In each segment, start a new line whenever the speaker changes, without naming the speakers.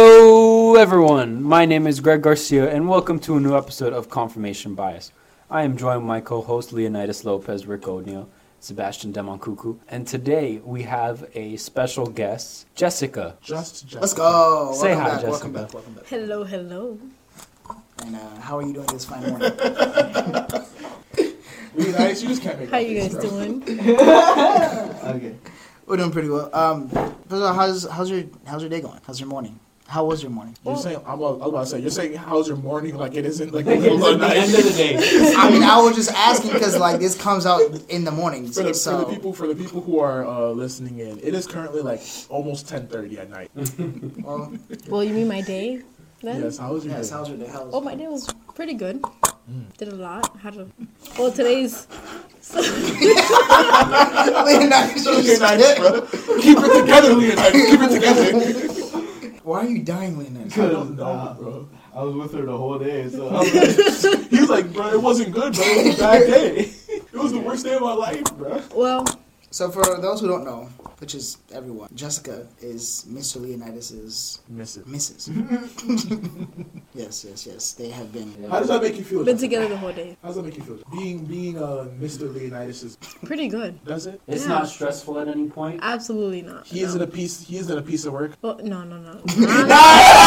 Hello, everyone. My name is Greg Garcia, and welcome to a new episode of Confirmation Bias. I am joined by my co host Leonidas Lopez, Rick O'Neill, Sebastian Demoncucu, and today we have a special guest, Jessica.
Just Jessica.
Let's go.
Say
welcome
hi,
back,
Jessica.
Welcome back. Welcome back.
Hello, hello.
And uh, how are you doing this fine morning?
We nice. You just can't make
How
that
you
face,
guys
bro.
doing?
okay. We're doing pretty well. Um, first of all, how's how's your how's your day going? How's your morning? How was your morning?
You're saying I'm about, I was about to say you're saying how's your morning like it isn't like the
It's
middle
at
of
the
the
end
night.
of the day.
I mean, I was just asking because like this comes out in the morning,
For the, for the
so
people for the people who are uh, listening in, it is currently like almost 10:30 at night.
Mm-hmm.
well,
Well, you mean my day then?
Yes, how was your
yes.
day?
How's your day? How's
Oh, my day was pretty good. Did a lot. Had a well today's.
Leonidas, you
You're
just-
nice, bro. Keep it together, Leonidas. Keep it together.
Why are you dying, Leonidas?
I don't know, bro.
I was with her the whole day, so
He's like, bro, it wasn't good, bro. It was a bad day. It was the worst day of my life, bro.
Well,
So for those who don't know, which is everyone, Jessica is Mr. Leonidas's
Miss it.
missus. yes, yes, yes. They have been.
How does that make you feel?
been
Jessica?
together the whole day.
How does that make you feel? Being being uh, Mr. Leonidas is
Pretty good.
does it?
It's
Yeah.
not stressful at any point.
Absolutely not.
He isn't
no.
a piece. He isn't a piece of work.
Well, no, no, no.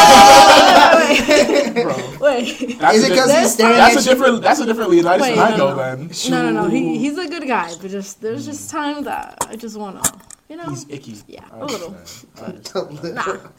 Wait,
Bro.
wait, wait.
That's
Is
a diff-
it because he's staring
That's
at
a different. That's a different Leonidas
Wait,
than I
no,
know,
no.
man.
No, no, no. He, he's a good guy, but just there's just times that I just wanna, you know.
Hmm. He's icky.
yeah,
I
a little.
understand. I understand.
you?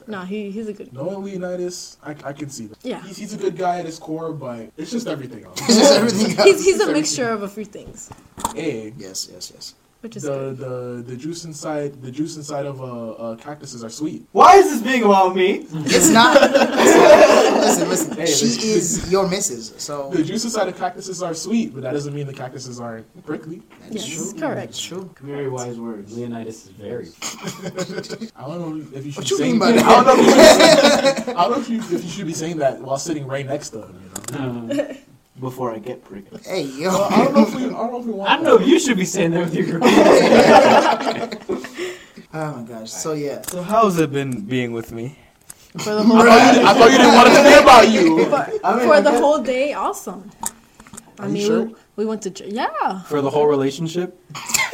Nah, no, he he's a good.
Knowing Leonidas, I, I can see that.
Yeah.
He's, he's a good guy at his core, but it's just everything else.
It's just everything else.
He's he's a mixture of a few things,
hey,
Yes, yes, yes.
which is
the,
good.
the the juice inside the juice inside of uh, uh cactuses are sweet.
why is this being about me?
It's not. listen, listen.
Hey,
she
listen.
is your missus, so
The juice inside of cactuses are sweet, but that doesn't mean the cactuses aren't prickly.
that's
Yes,
true.
correct.
That's true.
Very wise words. Leonidas is very.
I don't know if you should
What you
say
mean by
I don't know. If you should say- I don't know if you, if you should be saying that while sitting right next to him. You know?
Um,
Before I get pricked.
Hey,
Well, I don't know
yo.
if we. I don't know if we want.
I don't know if you should be saying that with your girl.
Oh my gosh. So yeah.
So how's it been being with me?
For the whole
I thought you- I thought you didn't want it to be about you.
for,
I mean,
for
I
the
guess-
whole day, awesome. I
Are you
mean,
sure?
we, we went to ch- yeah.
For the whole relationship?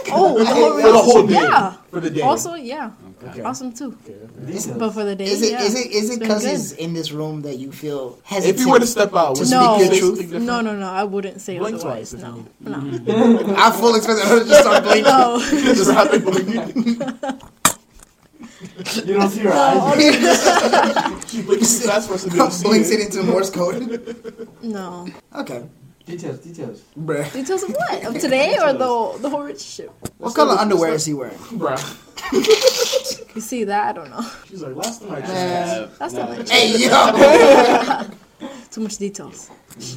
Oh, the whole
For the whole
relationship,
day.
yeah.
For the day.
Also, yeah,
Okay.
awesome too.
Okay, okay.
But for the day,
Is it
yeah.
is it is it
been
because
good.
he's in this room that you feel hesitant?
If you were to step out, would
No.
you say something different?
No, no, no. I wouldn't say
Blink
otherwise.
twice if
No,
you
no,
I full expect her to just start blinking.
no.
Just rapid blink.
You don't see her eyes.
She blinks too fast for us to be able to see
Blinks it
it.
into Morse code.
no.
Okay,
Details, details.
bruh.
Details of what? Of today or the the whole relationship?
What color underwear is he wearing?
Bruh.
You see that? I don't know.
She's like, last time I just
Man.
That's not my
Hey yo.
Too much details.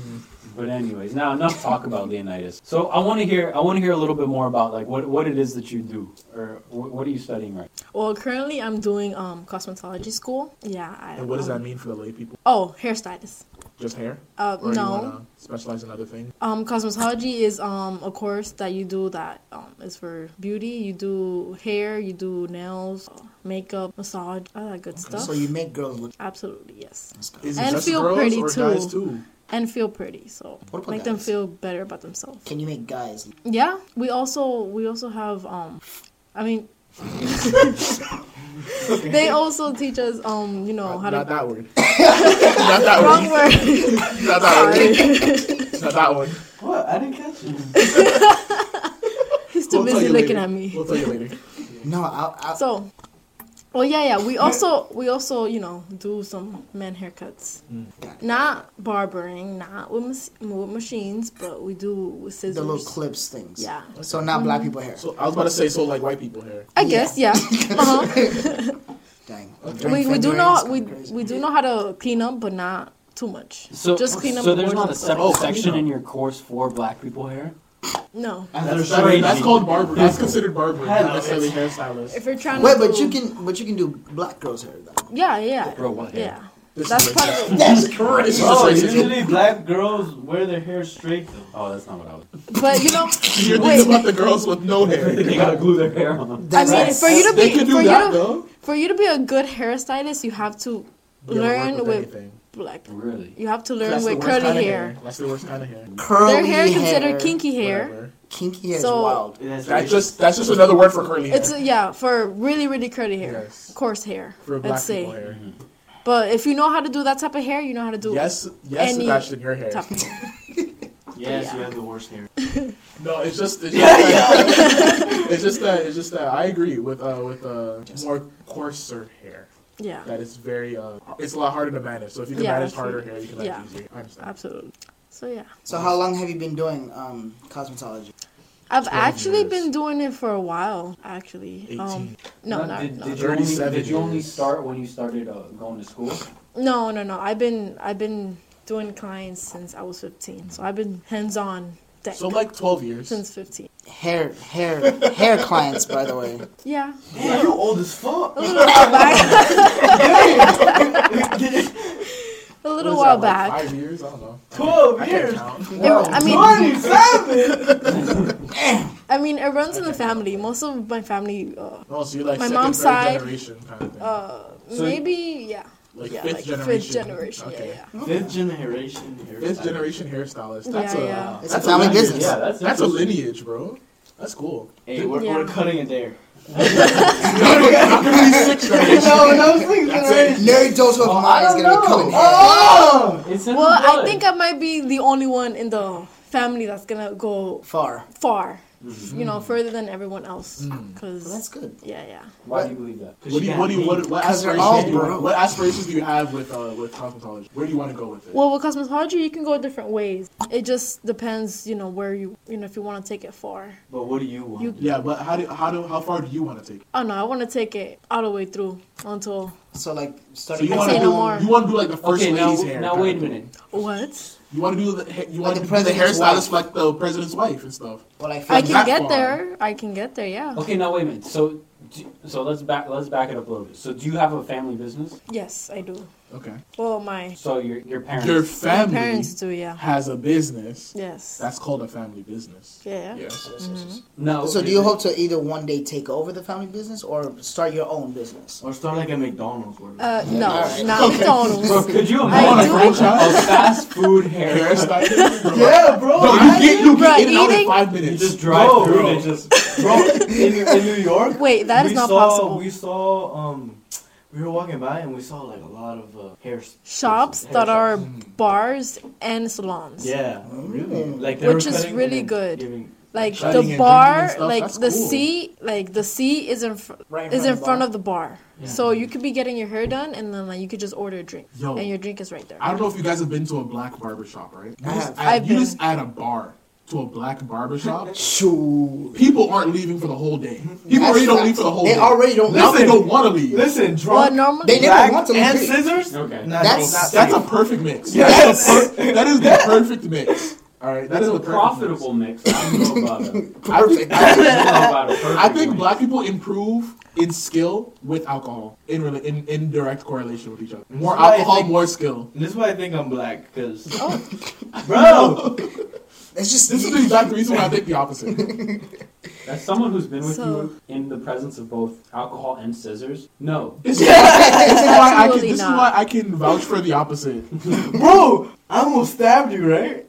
But anyways, now enough talk about Leonidas. So I want to hear, I want to hear a little bit more about like what, what it is that you do, or what, what are you studying right?
Well, currently I'm doing um cosmetology school. Yeah. I,
And what does
um,
that mean for the lay people?
Oh, hairstylist.
Just hair?
Uh,
Or you
no.
wanna specialize in other things?
Um, cosmetology is um a course that you do that um is for beauty. You do hair, you do nails, makeup, massage, all that good stuff.
So you make girls look.
Absolutely yes,
Is
And feel
girls
pretty,
or
too.
guys too?
and feel pretty. So
What about
make them
guys?
feel better about themselves.
Can you make guys? look-
Yeah, we also we also have um, I mean. they also teach us um you know how
Uh, Not
to
that word. Not that
wrong
word.
word
Not that word. Not that one.
What? I didn't catch it.
he's too
We'll tell
busy
you
looking
later.
at me
We'll tell you later.
No, I, I,
So, well, yeah, yeah. We also, we also, you know, do some men haircuts.
Mm.
Not barbering, not with, mas- with machines, but we do with scissors.
the little clips things.
Yeah.
So not black people hair.
So I was about to say, so like white people hair.
I guess, yeah. Uh-huh.
Dang.
we we do
Fingering
know
is
we
kinda crazy.
we do know how to clean up, but not too much.
So
just clean up.
So
the
there's
boards
not a
and stuff.
separate
Oh,
section
no.
in your course for black people hair.
No,
That's, that's, that's called barber. That's considered barber. Not
Hello.
necessarily hairstylist.
if you're trying
Wait,
to.
but
do-
you can, but you can do black girls' hair though.
Yeah, yeah,
Bro, what hair?
yeah.
This
That's
is
part
racist.
of it.
That's crazy.
Oh,
It's just
usually black girls wear their hair straight though.
Oh, that's not what I was.
But you know,
You're thinking about the
wait.
girls with no hair.
They gotta glue their hair on.
I mean, for you to
They
be
could
for
do
you
that
to
though.
for you to be a good hairstylist, you have to
You don't
Learn
work
with-
anything.
black.
Really?
You have to learn
That's the
with
worst
curly
kind of
hair.
That's the worst kind of hair.
Curly
Their hair is considered kinky hair.
Whatever.
Kinky hair
So-
is wild.
That's just that's just another word for curly hair.
It's yeah for really really curly hair,
Yes.
coarse hair.
for black
Let's say.
people hair.
But if you know how to do that type of hair, you know how to do
Yes, yes,
Any
Sebastian, your hair.
type of hair.
Yes,
Yeah.
you have the worst hair.
No, it's just it's just, that, it's just that it's just that I agree with uh with uh more coarser hair
Yeah,
that is very uh it's a lot harder to manage. So if you can
Yeah,
manage harder
absolutely.
hair, you can manage
Yeah.
easier. I understand.
absolutely. So yeah,
So how long have you been doing um, cosmetology?
I've
12
actually
years.
been doing it for a while. Actually, um, no, not,
did,
no,
did you only,
37
did you only
years.
start when you started uh, going to school?
no, no, no. I've been I've been doing clients since I was 15, so I've been hands on deck
So like twelve years.
since 15.
Hair, hair, hair clients, by the way.
Yeah,
Damn, you old as fuck.
a little while back. a
What
little
is
while
that,
back.
like five years. I don't know.
Twelve
I can't
years.
count.
It- I mean,
Twenty-seven.
I mean, it runs in the family. Most of my family, uh,
Oh, so you're like
My
second,
mom's
third
side,
generation kind of thing.
uh,
So-
maybe yeah,
like
yeah,
fifth
like
generation.
fifth generation.
Okay.
Yeah, yeah.
Fifth generation hair.
Fifth generation hairstylist. That's
Yeah,
a
yeah.
It's
that's
a family
lineage.
business.
Yeah, that's,
That's a
interesting.
lineage, bro. That's cool.
Hey, we're,
Yeah.
we're cutting it there.
Sixth generation.
no, no, sixth generation.
Nerd Dose with mine is gonna be coming.
Oh, it's in the
Well, I
blood.
think I might be the only one in the family that's gonna go
Far.
far,
Mm-hmm.
you know, further than everyone else.
Mm.
Cause
Well, that's good.
yeah, yeah.
Why do you believe that?
What do you, what do you, what, what
Because they're
aspirations
all
do you
broke.
what aspirations do you have with uh with cosmetology? Where do you want to go with it?
Well, with cosmetology, you can go different ways. It just depends, you know, where you, you know, if you want to take it far.
But what do you want?
You-
yeah, but how do how do how far do you want to take? it?
Oh no, I want to take it all the way through until
So like
So
starting.
you
I
want
say
to
no
do
more.
you want to do like the first
okay, now,
lady's hair.
now
kind
wait
of
a
thing.
minute.
what?
You want to do the ha- you want
Like the
to do the
president's
hairstylist
wife.
like the president's wife and stuff.
Well, I,
I
feel
can
that
get
far.
there. I can get there. Yeah.
Okay, now wait a minute. So, do- so let's back let's back it up a little bit. So, do you have a family business?
Yes, I do.
Okay.
Well, my
So your your parents.
Your
my
family
parents do. Yeah.
has a business.
Yes.
That's called a family business.
yeah. yeah.
Yes. yes, yes,
no.
So do you hope to either one day take over the family business or start your own business?
Or start like a McDonald's. Where
Uh, no,
Alright.
not
Bro,
McDonald's.
could you
I
imagine
do-
a fast food
yes.
hair?
Hairstylist. bro.
yeah, bro.
Bro, you
I-
get you
Bro,
get in and out in
eating-
five
You
minutes.
just drive
Bro.
through and it just.
bro, in, in New York.
Wait, that is
we
not
saw,
possible.
We saw um, we were walking by and we saw like a lot of uh, hair
Shops
hair
that are
shops.
bars and salons.
Yeah, really. Like they
Which
were
is
cutting
really
and
good.
giving-
Like
Cutting
the
and drinking
bar,
and stuff,
like
that's
the
cool.
seat, like the seat is in fr-
Right
is in front
the
of the bar. So you could be getting your hair done and then like you could just order a drink
Yo.
and your drink is right there.
I don't know if you guys have been to a black barber shop, right? You
I
just
have.
add-
I've
you
been.
just add a bar to a black barber shop.
bar. Shoot.
People aren't leaving for the whole day. People
That's
already don't
facts.
leave for the whole
They
day.
already don't.
now they
Listen.
don't want to leave.
Listen,
well,
drunk
normally
They never
black
want to
and
leave.
scissors.
Okay.
Nah,
That's-
bro, not
That's a
safe.
perfect mix.
Yes.
That's a per- that is the perfect mix. All right, that
That's
is
a
the perfect mix.
profitable mix. I don't know about it.
I think,
I don't know about a perfect
I think
mix.
black people improve in skill with alcohol in rela- in, in direct correlation with each other. More
That's why I
alcohol,
think-
more skill.
This is why I think I'm black, cause
Oh.
bro,
It's just
This is the exact reason why I think the opposite.
As someone who's been with
So-
you in the presence of both alcohol and scissors, no.
This is why, this is why I can.
Absolutely
This is
not.
why I can vouch for the opposite.
bro, I almost stabbed you, right?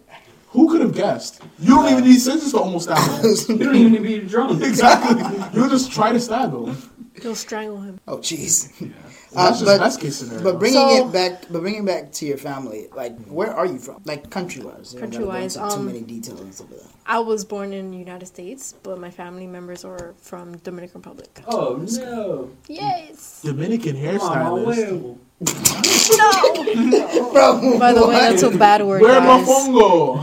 Who could have guessed? You don't even need scissors to almost stab him.
You don't even need to be drunk.
exactly. You just try to stab
Uh,
him.
you'll strangle him.
oh jeez. Uh,
That's
but-
just best case scenario.
But bringing
So-
it back, but bringing back to your family, like where are you from? Like country wise.
Country-wise,
too
um,
many details and stuff like that.
I was born in the United States, but my family members are from Dominican Republic.
Oh no.
Yes.
Dominican
Mama,
hairstylist.
well.
No.
Bro,
By the way,
what?
that's a bad word,
Where my
guys.
fungo?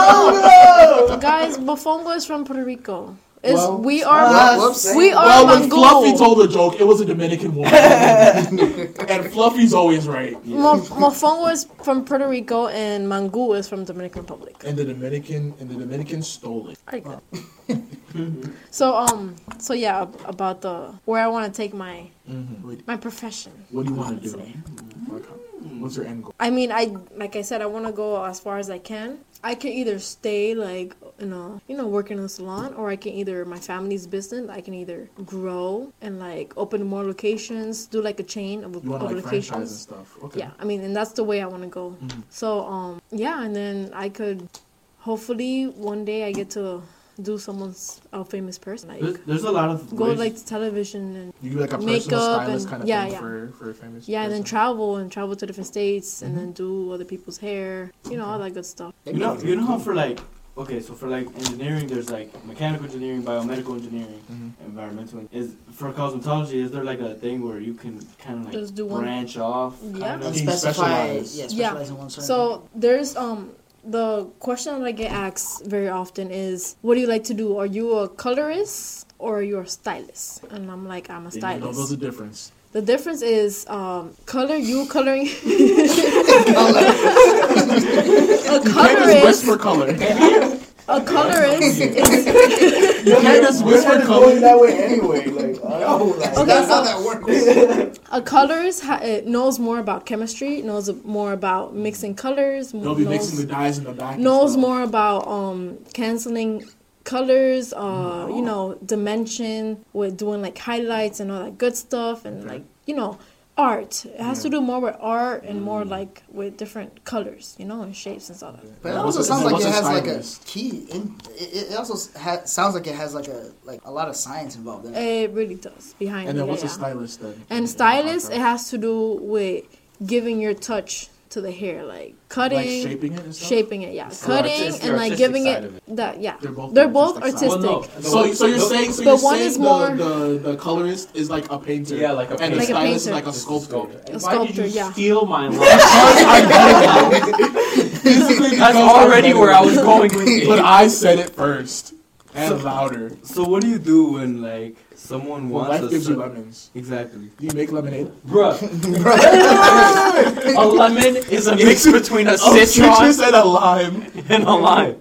No, guys, Bofongo is from Puerto Rico. It's,
Well,
we
well,
are
whoops.
we are
well, when Fluffy
Mongo.
told the joke, it was a Dominican woman, and Fluffy's always right.
Mo- Mofongo is from Puerto Rico and Mangu is from Dominican Republic.
And the Dominican and the Dominican stole it.
I like that. so um, so yeah, ab- about the where I want to take my
Wait,
Mm-hmm. my profession.
what do you want
Let's
to do?
say.
Like, how-
Mm-hmm.
what's your end goal?
I mean, I like I said, I want to go as far as I can. I can either stay like you know, you know, work in a salon, or I can either my family's business. I can either grow and like open more locations, do like a chain of,
You want
of
to like franchise and
locations.
stuff. Okay.
Yeah, I mean, and that's the way I want to go.
Mhm.
So um, yeah, and then I could, hopefully, one day I get to do someone's a famous person
There's,
like.
there's a lot of
Go
ways-
like to television and
You do like a personal
Makeup
stylist
and-
kind of
yeah,
thing
yeah.
for for a famous.
yeah, and then
person.
travel and travel to different states and
Mm-hmm.
then do other people's hair, you know, all that good stuff.
You know, you know how for like okay, so for like engineering, there's like mechanical engineering, biomedical engineering,
Mhm.
environmental. Is for cosmetology, is there like a thing where you can kind of like
Just do one.
branch off?
Yeah.
kind
and
of?
You
specify, yeah,
specialize.
specialize
Yeah.
in one certain.
So there's um the question that I get asked very often is, "What do you like to do? Are you a colorist or are you a stylist?" And I'm like, "I'm a
You know, there's
stylist."
a difference.
The difference is um, color. You coloring a
Can't just
colorist.
whisper color.
A colorist is
You can't just whisper
going
color.
that way anyway. Like, oh, like,
Okay,
that's
so-
how that works.
a colorist ha- uh, knows more about chemistry, knows more about mixing colors,
They'll be
knows-
mixing the dyes in the back. and
knows
stuff.
more about um canceling colors uh you
Oh.
know dimension with doing like highlights and all that good stuff and like you know art it has to do more with art and more
Mm.
like with different colors you know and shapes and all that
But it
Yeah,
also
what's a-
sounds like
what's
it
a
has like a
stylist?
key. In, it, it also ha- sounds like it has like a like a lot of science involved in it.
it really does behind
And
it,
then what's
yeah,
a
yeah.
stylist then?
and stylist it has to do with giving your touch to the hair like cutting
like shaping it. And stuff?
shaping it yeah
It's the
cutting
artistic-
and like
artistic
giving
side
it,
of it.
that yeah
They're both
they're
the
both
artistic side.
artistic
Well, no,
So, so you're saying, so
But
you're
one
saying
is more-
the, the the colorist is like a painter,
Yeah, like a
and the
painter. Like a
stylist is
painter.
like a sculptor.
A
Why did
sculptor,
you
yeah.
steal my line? That's already where I was going with
But
it.
I said it first and
So-
louder.
So what do you do when like someone
When
wants
life
a
gives you
cer-
lemons.
exactly?
Do you make lemonade?
Bruh, a lemon is a mix between a
Oh, citrus
citron
and a lime.
and a lime.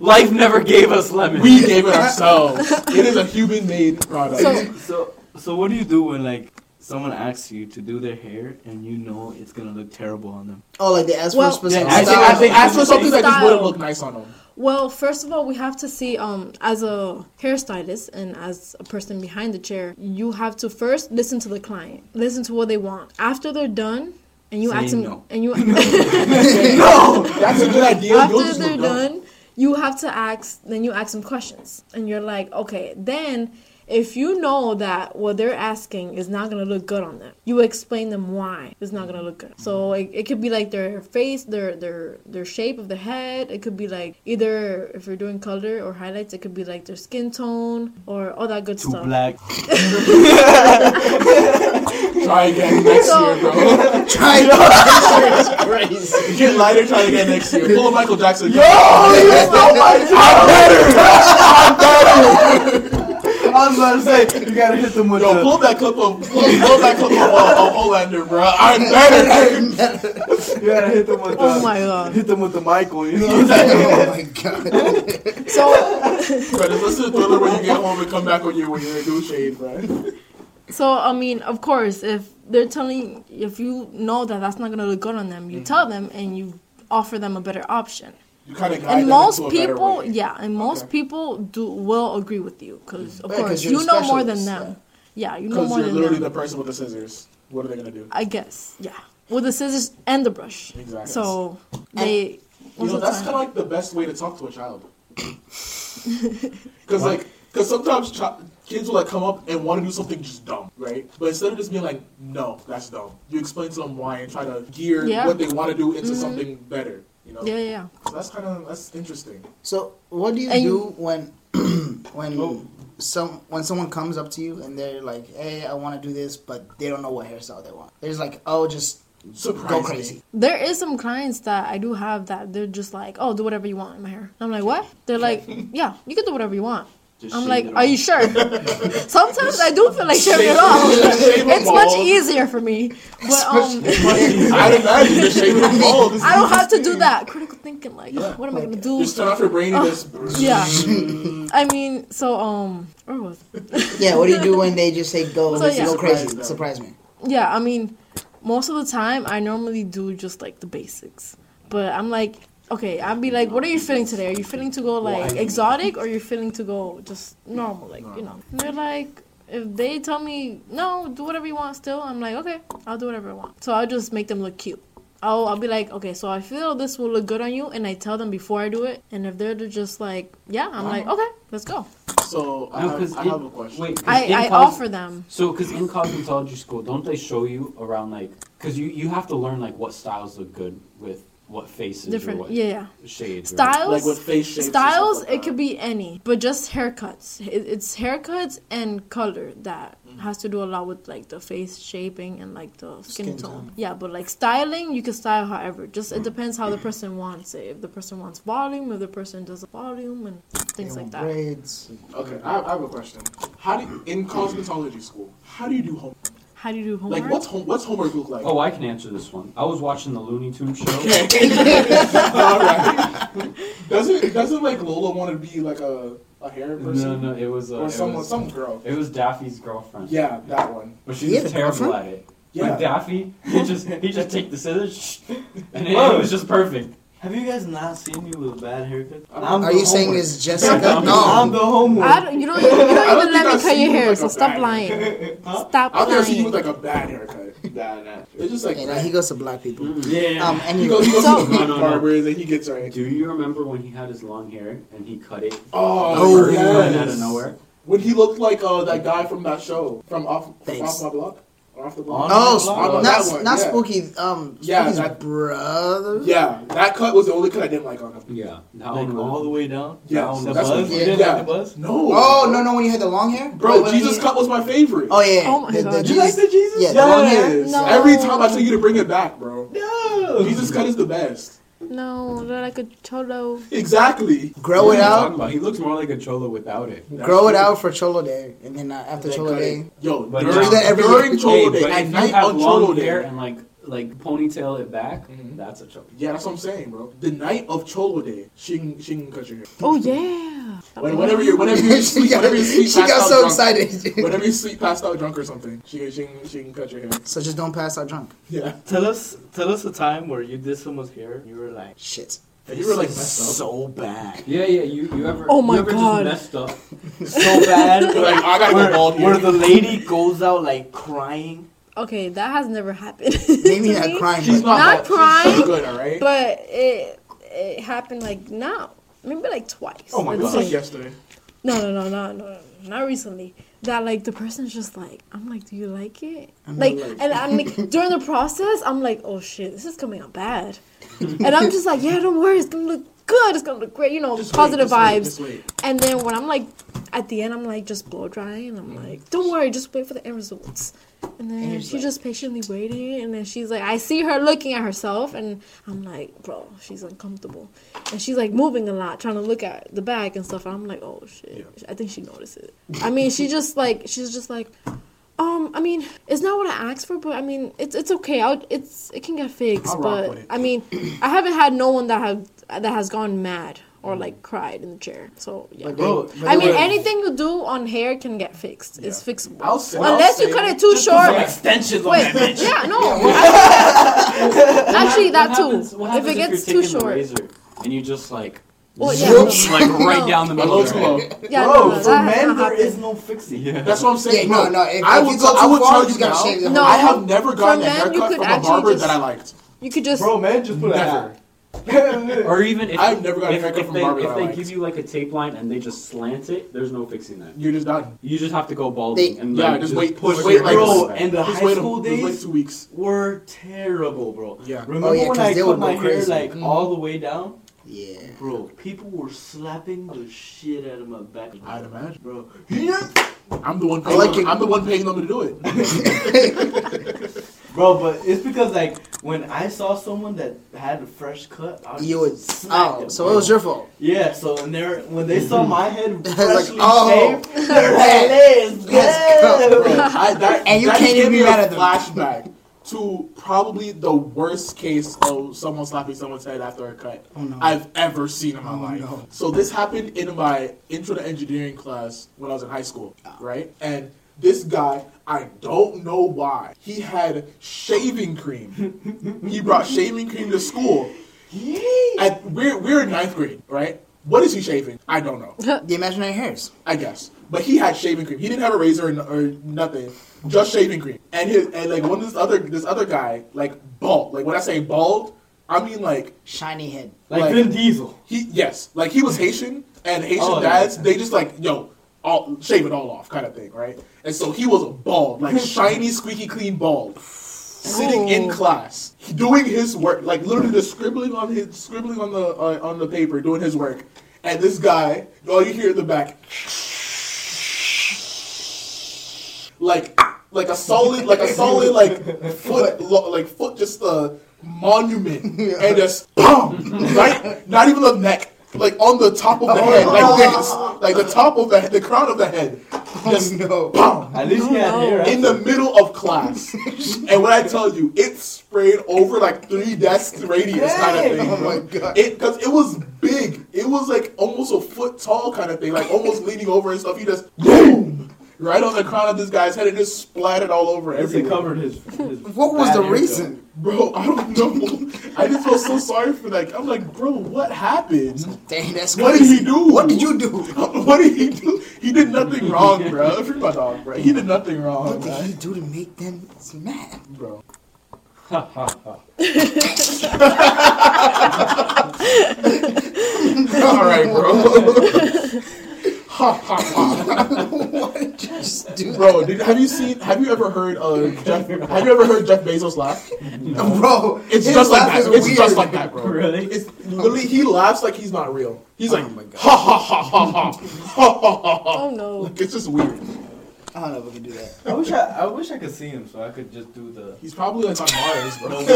Life never gave us lemons.
We gave it ourselves. It is a human-made product.
So-
So so what do you do when like someone asks you to do their hair and you know it's gonna look terrible on them?
Oh, like they ask
Well-
for a specific
I think, I
style.
think ask for something that just
Style.
wouldn't look nice on them.
Well, first of all, we have to see um as a hairstylist and as a person behind the chair, you have to first listen to the client, listen to what they want. After they're done, and you
Say
ask them,
no.
and you
no, that's a good idea. You'll
after
just
they're
look dumb.
done, you have to ask. Then you ask them questions, and you're like, okay, then. If you know that what they're asking is not gonna look good on them, you explain them why it's not gonna look good. So
Mm-hmm.
it, it could be like their face, their their their shape of the head. It could be like either if you're doing color or highlights, it could be like their skin tone or all that good
Too
stuff.
black.
Try again next
So-
year, bro.
Try it
Get lighter. Try again next year. Pull a Michael Jackson. Yo,
Oh
I was about to say you gotta hit them with
Yo, pull that clip of pull, pull that clip of, uh, of Olander, bro. I'm better.
the, you gotta hit them with
Oh my god!
hit them with the Michael. You
oh my god.
So
Bro, just listen to Thriller when you get home and come back when you're when you're in new shade, bro.
so I mean, of course, if they're telling, if you know that that's not gonna look good on
Mm-hmm.
them, you tell them and you offer them a better option.
You kind of guide
and
them
most
into a better
people
way.
yeah and most
Okay.
people do will agree with you because of
Yeah, 'cause
course
you're
you
the
know more than
specialist,
them yeah, you know
because
more
you're
than
literally
them
the person with the scissors. What are they gonna do?
i guess yeah with the scissors and the brush
Exactly.
so they
You
most
know,
of the
that's
time-
kind of like the best way to talk to a child. Because like, because sometimes chi- kids will like come up and want to do something just dumb, right? But instead of just being like, no, that's dumb, you explain to them why and try to gear
Yeah. Mm-hmm.
what they want to do into something better. You know,
yeah yeah, yeah
so that's kind of that's interesting.
So, what do you
And-
do when when
Oh.
some when someone comes up to you and they're like, "Hey, I want to do this," but they don't know what hairstyle they want. They're just like, "Oh, just
Surprising.
go crazy."
there is some clients that i do have that they're just like oh do whatever you want in my hair i'm like what they're like yeah you can do whatever you want I'm like, are you sure? Sometimes I do feel like shaving it off.
Shave them
It's much
all.
easier for me. But um,
I'd imagine the shape of the ball.
I don't have to do that critical thinking. Like,
Yeah.
what am I gonna do?
Just turn off your brain and just.
Yeah. I mean, so um, where was? I?
yeah. What do you do when they just say, "Go,
So,
let's
yeah.
go crazy"?
Surprise them.
Surprise me.
Yeah, I mean, most of the time I normally do just like the basics. But I'm like, okay, I'll be like, what are you feeling today? Are you feeling to go like
Why?
exotic or are you feeling to go just normal? Like, you
Normal.
know. And they're like, if they tell me, no, do whatever you want still, I'm like, okay, I'll do whatever I want. So I'll just make them look cute. I'll, I'll be like, okay, so I feel this will look good on you, and I tell them before I do it. And if they're just like, yeah, I'm like, okay, let's go.
So I,
No,
have,
'cause
I
it-
have a question.
Wait, 'cause in
I, I
cos-
offer them.
So, because in cosmetology school, don't they show you around like? Because you you have to learn like what styles look good with what faces or
Different,
what
yeah, yeah.
shades. or-
Styles,
like with face shapes. and stuff
styles
like
it could be any but just haircuts it, it's haircuts and color that
Mm-hmm.
has to do a lot with like the face shaping and like the skin,
Skin
tone.
tone.
yeah but like styling you can style however just
Mm-hmm.
it depends how the person wants it if the person wants volume if the person doesn't volume and things
They want
like that
Braids.
Okay, I, I have a question. How do you, in cosmetology school? How do you do homework?
how do you do homework
Like, what's home, what's homework look like?
Oh, I can answer this one. I was watching the Looney Tunes show.
All right. Doesn't doesn't like Lola want to be like a, a hair
no,
person
no, it was. Uh,
or
it,
someone
was
some girl?
it was Daffy's girlfriend.
Yeah, that one.
but she
He
was
had a
terrible at
girlfriend?
it.
Yeah.
Like Daffy, he just he just take the scissors, and it,
Oh.
Whoa.
it was just perfect.
Have you guys not seen me with a bad haircut?
I'm
Are you saying it's Jessica?
I'm the
No.
I
homework.
don't, you don't, you don't
I don't
even
think
let
I've
me cut
seen
your
you
hair
with,
so
like, a
stop
bad
lying stop
I've never seen you
lying
with like a bad haircut.
Nah, nah.
It's just like
Okay, now
that.
he goes to black people.
Mm.
Yeah.
Um,
Mm-hmm. He goes, he goes
anyway.
So-
to the
No, no, no.
barbers and he gets right.
Do you remember when he had his long hair and he cut it?
Oh,
the first time out
yes.
of nowhere.
When he looked like uh, that guy from that show, from off, from
Thanks.
off my block, or off the block.
On-
Oh,
Oh,
sp-
that
not,
one,
not
yeah.
spooky. Um,
Yeah,
spooky's
that-
brother.
Yeah, that cut was the only cut I didn't like on him.
Yeah, that
Like
one was-
all the way down.
Yeah,
Down
The
that's-
buzz.
yeah.
You didn't
Yeah.
like the buzz?
No.
Oh no no when you had the long hair,
Bro,
Wait, wait,
Jesus
wait.
cut was my favorite.
Oh yeah.
Oh my
the,
God.
The
You
Jesus,
like the Jesus?
Yeah, the long hair.
yes.
No.
Every time I tell you to bring it back, bro.
No.
Jesus cut is the best.
no they're like a cholo
Exactly.
Grow
What are
it
you talking
out.
about? He looks more like a cholo without it.
That's
Grow it
true.
out for Cholo Day, and then uh, after
They
Cholo
cut
Day,
it. Yo,
But
during,
now-
Do that every-
during Cholo
Hey,
Day,
but
at
if
night
you have
on Cholo
long
Day.
hair and like like ponytail it back,
Mhm.
that's a cholo.
yeah, that's what I'm saying, bro. The night of Cholo Day, she can, she can cut your hair.
oh yeah
When, whenever you're, whenever you're
she
sleep,
got,
whenever you sleep
she
passed
got
out
so
drunk,
excited.
Whenever you sleep passed out drunk or something, she can, she can, she can cut your hair.
so just don't pass out drunk.
Yeah.
Tell us, tell us a time where you did someone's hair. and You were like,
Shit.
And you were like
"This is
messed up.
so bad.
Yeah, yeah. You you ever?
Oh my
you ever
God.
Just messed up.
so bad.
You're like, I gotta go
where,
bald here.
where the lady goes out like crying.
okay that has never happened
Maybe
to me.
not crying.
She's
but-
not,
Not
bald. She's
crying,
good, all right.
But it it happened like now, maybe like twice.
oh my
It's
god,
like-
like yesterday.
no, no, no, no, no, no, not recently. That like the person's just like, I'm like, do you like it?
I'm
like,
not like-
and I'm like during the process, I'm like, oh shit, this is coming out bad. and I'm just like, yeah, don't worry, it's gonna look good, it's gonna look great, you know,
Just
positive
wait,
vibes.
Just wait, just wait.
And then when I'm like at the end, I'm like just blow drying, and I'm like, don't worry, just wait for the end results. And then
And you're just
she's
like-
just patiently waiting, and then she's like, I see her looking at herself, and I'm like, bro, she's uncomfortable, and she's like moving a lot, trying to look at the back and stuff. And I'm like, oh shit, I think she noticed it. I mean, she just like she's just like, um, I mean, it's not what I asked for, but I mean, it's it's okay. I'll, it's it can get fixed,
I'll rock with
but
it.
I mean, I haven't had no one that have that has gone mad or like cried in the chair. So yeah.
But
Bro,
they- but
I
they
mean,
were-
anything you do on hair can get fixed. It's fixable.
I'll say,
Unless
I'll
you
say-
cut it too
Put
short.
Some extensions on
Wait,
that bitch.
yeah, no. Actually, that too. If it gets too short.
and you just like,
Well, yeah,
zoops,
no.
like right
No.
down the
My
middle.
lows
of
come
your head.
up.
Yeah,
Bro,
no, no,
for
that has
men
not
there is
happened.
no fixing.
That's what I'm saying.
Yeah, no,
bro.
no, if-
I
if
will
you go
tell, I
too
will
far,
tell
you
you,
gotta
now,
shave the
whole
I
thing.
have never gotten
men,
a
you
haircut
could
from a
actually
barber
just-
that I liked.
You could just.
Bro, man, just put
Never.
a hat.
Or even if
I've never gotten a
if,
haircut
if
from
they,
Barbara
if
that I
they
liked.
give you like a tape line and they just slant it, there's no fixing that.
You're just done.
You just have to go balding
They-
and
Yeah,
like,
just wait-
push
just wait,
your
like-
hair
bro,
back.
and the
Just
high
wait, a,
school
just wait
days
two weeks.
were terrible, bro.
Yeah.
Remember
Oh, yeah,
when
'cause
I
they
cut
would go
my hair
crazy.
like
Mhm.
all the way down?
Yeah.
Bro, people were slapping the shit out of my back.
I'd imagine.
Bro,
I'm the one.
I
Paying
like
them,
it.
I'm the one paying them to do it.
Bro, but it's because like when I saw someone that had a fresh cut, I was
You would.
slap
Oh,
them,
so
bro.
it was your fault.
yeah. So when they are when they saw my head
Like,
freshly
oh,
shaved, they're like, "Let's
let's go,
go."
Bro, I, that,
And you
that
can't
gave
even
me
be mad
a
at them.
Flashback to probably the worst case of someone slapping someone's head after a cut
Oh no.
I've ever seen in my
Oh,
life.
no. Ah.
So this happened in my intro to engineering class when I was in high school, right? And This guy, I don't know why, he had shaving cream. he brought shaving cream to school. At, we're, we're in ninth grade, right? What is he shaving? I don't know.
The imaginary hairs.
I guess. But he had shaving cream. He didn't have a razor or, or nothing. Just shaving cream. And his and like one of this other this other guy like bald. Like when I say bald, I mean like
Shiny head.
Like,
Like-
Vin Diesel.
he yes like he was Haitian and Haitian
Oh, yeah.
dads they just like yo all shave it all off kind of thing right. And so he was bald like shiny squeaky clean bald. Sitting in
Oh.
class, doing his work, like literally just scribbling on his scribbling on the uh, on the paper, doing his work, and this guy, all you hear in the back, like like a solid like a solid like foot lo- like foot just a monument and just boom right not even the neck like on the top of the head like this like the top of the the crown of the head just
no.
boom
At least he had
No.
hair.
in the middle of class and when I tell you it sprayed over like three desks radius kind of thing
Oh
bro.
my God.
it because it was big it was like almost a foot tall kind of thing like almost leaning over and stuff he just boom right on the crown of this guy's head and just splattered all over
It
everywhere
covered his. his
What was
bad
the
hair,
reason?
Bro, I don't know. I just feel so sorry for that. I'm like, bro, what happened?
Dang, that's
What did
crazy.
he do?
What did you do?
What did he do? He did nothing wrong, bro. Free my dog, bro. He did nothing wrong,
What did he
man.
do to make them so mad?
bro. All right, bro. ha ha ha.
Why did you just do that?
Bro, did, have you seen? Have you ever heard uh, Jeff? Have you ever heard Jeff Bezos laugh?
Bro,
It's
his
just like
laugh
that.
is
It's
weird.
just like that, bro.
Really?
It's literally he laughs like he's not real. He's like,
Oh my God.
ha ha ha ha ha ha ha ha.
Oh no.
Like, It's just weird.
I don't know if we can do that.
I wish I, I wish I could see him so I could just do the.
He's probably like on Mars, bro.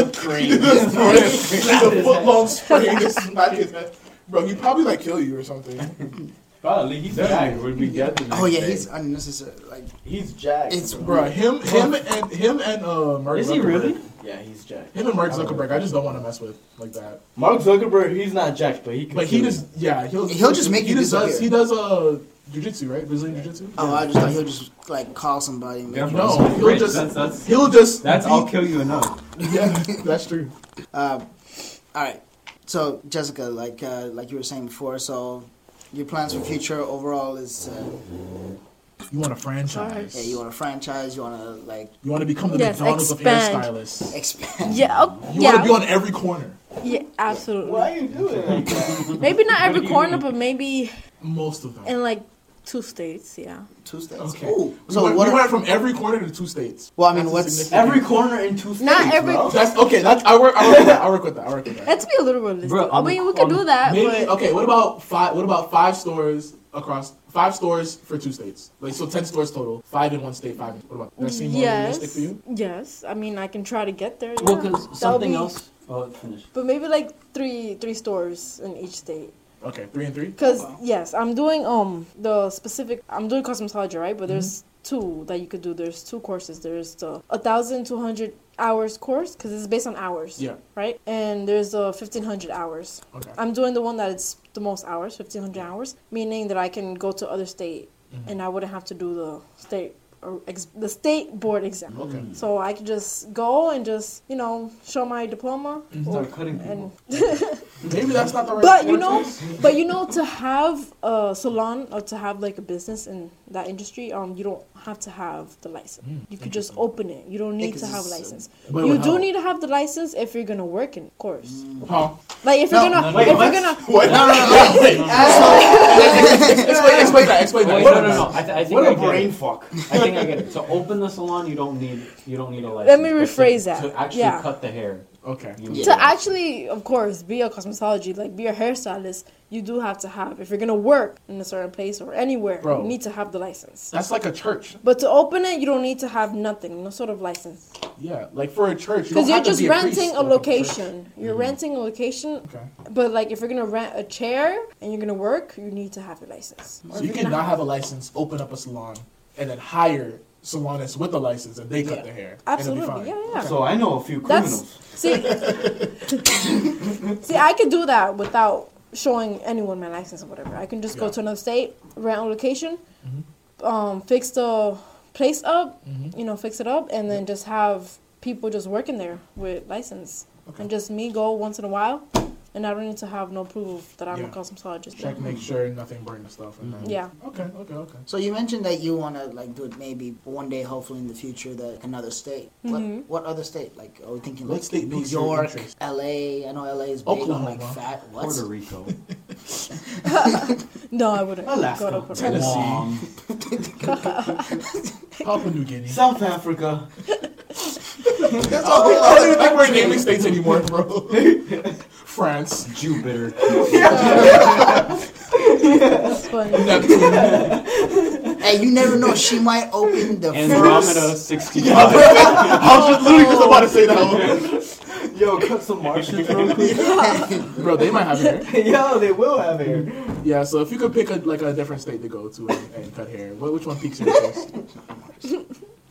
cream.
He's a foot long spray just smack his head. Bro, he'd probably like kill you or something.
Probably he's jacked. Would be dead. the
Oh
next
yeah,
day.
he's unnecessary. Like
he's jacked.
it's
Bro, him, him, and him and uh, Mark
Is he
Zuckerberg.
really? Yeah, he's jacked.
Him and Mark Zuckerberg, I just don't want to mess with like that.
Mark Zuckerberg, he's not jacked, but he can.
But he
kill
just, yeah, he'll
He'll just make
he
you
just does he
disappear.
does uh jujitsu right Brazilian jujitsu.
oh, I just thought he'll just like call somebody. And make
Yeah.
no, he'll
Rich,
just
that's- that's-
he'll just
That's
beat-
I'll kill you enough.
Yeah, that's true.
Um, all right. So Jessica, like uh, like you were saying before, so your plans for future overall is uh,
You want a franchise?
yeah, you want to franchise, you want to like
You want to become the
Yes,
McDonald's
expand.
of hairstylists.
expand.
Yeah. Oh,
You want to be
yeah.
on every corner.
Yeah.
him.
Absolutely.
Why are you doing like that?
Maybe not
What do
every
you
corner,
mean?
but maybe
Most of them.
in like two states. Yeah.
Two states.
okay.
Ooh,
We
so
went,
what?
we
Are,
went from every corner to two states.
well, I mean,
That's a
what's
significant-
Every corner in two states.
Not every-
Bro.
That's okay. That's I work. I work with that. I work with that. I work with that.
Let's be a little realistic.
Bro,
I
I'm-
mean, we could
I'm-
do that,
Maybe
Uh, but
okay. What about five? What about five stores across five stores for two states? Like so, ten stores total. Five in one state. Five. In, what about? Does that seem more realistic
yes.
for you?
Yes. I mean, I can try to get there.
Well,
yeah.
because
That would
something
be-
else. Oh, finish.
But maybe like three three stores in each state.
Okay, three and three.
Cause yes, I'm doing um the specific. I'm doing cosmetology, right? But there's
Mm-hmm.
two that you could do. There's two courses. There's the a thousand two hundred hours course because it's based on hours.
Yeah.
Right. And there's the fifteen hundred hours.
Okay.
I'm doing the one that it's the most hours, fifteen hundred hours, meaning that I can go to other state,
Mm-hmm.
and I wouldn't have to do the state or ex- the state board exam.
Okay.
So I could just go and just you know show my diploma. or-
Start cutting
and
people.
Maybe that's not the right.
but you know,
franchise.
but you know, to have a salon or to have like a business in that industry, um, you don't have to have the license. You could just open it. You don't need
Because
to have a
it's, uh,
license.
Wait,
you
wait,
do
how? Hmm.
need to have the license if you're gonna work in, of course.
Huh?
Like if
No,
you're gonna,
no, no,
if
what?
you're gonna,
What?
no, no, no.
Wait. Explain, explain that. Explain that.
Wait, no, no, no. I, th- I think
What
I
a
get
brain
it.
fuck.
I think I get it. To open the salon, you don't need you don't need a license.
Let me
but
rephrase
to,
that.
To actually
Yeah.
cut the hair,
Okay.
you
Yeah.
need
to
a license.
actually, of course, be a cosmetology, like be a hairstylist, you do have to have. If you're gonna work in a certain place or anywhere,
Bro.
you need to have the license.
That's like a church.
But to open it, you don't need to have nothing, no sort of license.
Yeah, like for a church. you don't
Because you're
have to
just
be a Mm-hmm. priest
renting
to
a
open church.
location. You're renting a location,
Okay.
but like if you're gonna rent a chair and you're gonna work, you need to have your license. Or
So
if
you
you're gonna
cannot have a license, open up a salon, and then hire salonists with a license, and they cut
Yeah.
their hair. And it'll
Absolutely,
be fine.
yeah, yeah.
So I know a few
That's
criminals.
see, see, I could do that without showing anyone my license or whatever. I can just go
Yeah. Mm-hmm.
to another state, rent a location, um, fix the place up,
Mhm.
you know, fix it up, and then just have people just working there with license,
Okay.
and just me go once in a while, and I don't need to have no proof that I'm
Yeah.
a cosmetologist.
Check, make sure nothing burning stuff. And then-
Yeah.
Okay, okay, okay.
So you mentioned that you want to like do it maybe one day, hopefully in the future, that another state.
Mhm.
What what other state? Like are we thinking
What
like
state
New
piques your
York,
interest?
L.A. I know L.A. is big on like
Oklahoma.
fat. What?
Puerto Rico,
No, I wouldn't.
Alaska,
Go to Puerto
Tennessee.
Guam,
Papua New Guinea.
South Africa.
That's all. I don't even think we're naming states anymore, bro. France,
Jupiter.
That's funny.
Neptune.
Hey, you never know. She might open the
Andromeda,
first.
60.
I was just literally just about to say that,
Yo, cut some Martians real quick.
bro. They might have hair.
Yo, they will have hair.
Yeah. So if you could pick a, like a different state to go to and, and cut hair, what, which one piques your interest?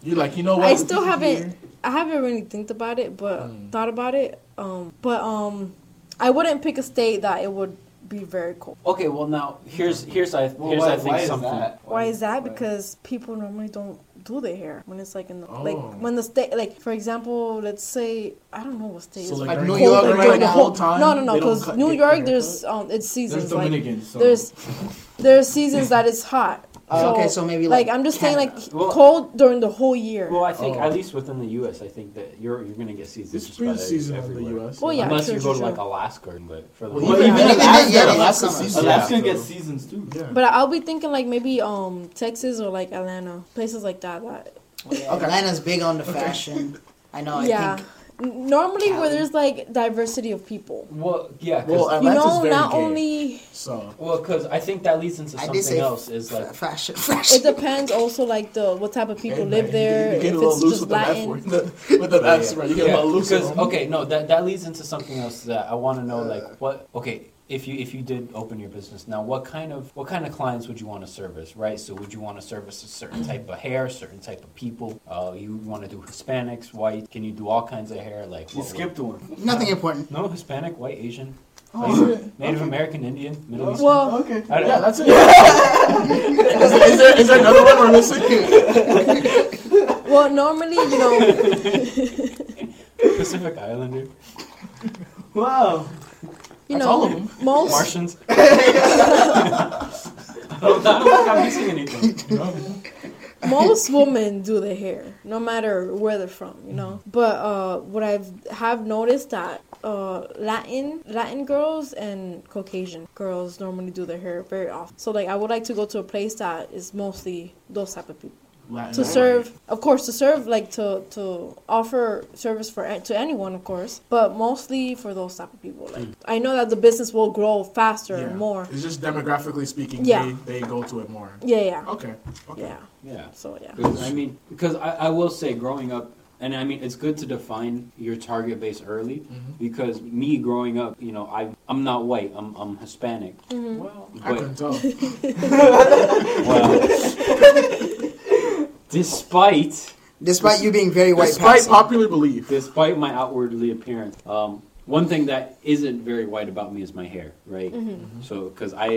You're like, you know what?
I still haven't. I haven't really think about it, but
Mm.
thought about it. Um, but um, I wouldn't pick a state that it would be very cold.
Okay, well now here's here's I here's I think something.
Why is that?
why-
Because people normally don't do their hair when it's like in the
Oh.
like when the state like for example, let's say I don't know what state.
So
is
like
Like
New
New
York,
York
right,
right
the
now.
whole time.
no, no, no.
they don't
Because
cut-
New
get
York,
hair
there's
cut?
um, it's
There's
seasons. like
Dominicans. so-
there's there's seasons that it's hot.
Oh, okay, so maybe like,
like, I'm just saying
Canada.
like
Well-
cold during the whole year.
Well, I think
Oh.
at least within the U.S., I think that you're you're gonna get seasons.
It's
just about
pretty season in
everywhere.
the U.S.
Well, yeah.
Unless
true,
you
true,
go to
true.
like Alaska, but for the
Well,
winter-
even
even
Alaska,
Alaska,
yeah,
yeah,
Alaska
summer.
season.
Alaska
Yeah.
gets seasons too.
Yeah.
But I'll be thinking like maybe um Texas or like Atlanta, places like that. That
Yeah,
Okay.
Atlanta's big on the fashion. I know. I
yeah.
think
N- Normally, where
Cali.
there's like diversity of people,
Well, yeah,
Well,
because
Atlanta's
you know,
very
not
gay,
only
so
I think that leads into
I
something
did say-
else. Is like
fa- fashion.
it
Fashion.
depends also like the what type of people
Hey,
live
man,
there.
You get
If
a little
it's
loose
just
with the F word.
Latin,
With the Fs, right? You get a
Yeah,
little loose.
because
with them.
okay, no, that that leads into something else that I want to know. Like, what? Okay, if you if you did open your business now, what kind of what kind of clients would you want to service? Right. So, would you want to service a certain type of hair, certain type of people? Uh, you want to do Hispanics, white? Can you do all kinds of hair? Like,
You
what would-
skipped one.
Nothing important.
no Hispanic, white, Asian,
Oh,
Native American, Indian, Middle Eastern.
Well-
okay.
I don't-
yeah, that's it. is, there- is there is there another one we're missing?
well, normally you know,
Pacific Islander,
Wow.
you
That's all of
know,
them.
most
Martians. I don't, I don't think I'm missing anything.
most women do their hair, no matter where they're from, you know. But uh, what I've have noticed that uh, Latin Latin girls and Caucasian girls normally do their hair very often. So like, I would like to go to a place that is mostly those type of people. to serve of course to serve like to to offer service for a- to anyone of course but mostly for those type of people like i know that the business will grow faster and more
It's just demographically speaking,
Yeah.
they, they go to it more.
yeah yeah
Okay. Okay.
yeah
Yeah.
so yeah
Because I mean, because I, I will say, growing up, and I mean, it's good to define your target base early.
Mm-hmm.
Because me growing up, you know, I I'm not white. I'm I'm Hispanic.
Well, I
Wait.
couldn't tell.
Well, despite
Despite you being very white.
Despite
passing.
popular belief.
despite my outwardly appearance, um, one thing that isn't very white about me is my hair, right?
Mm-hmm.
So, because I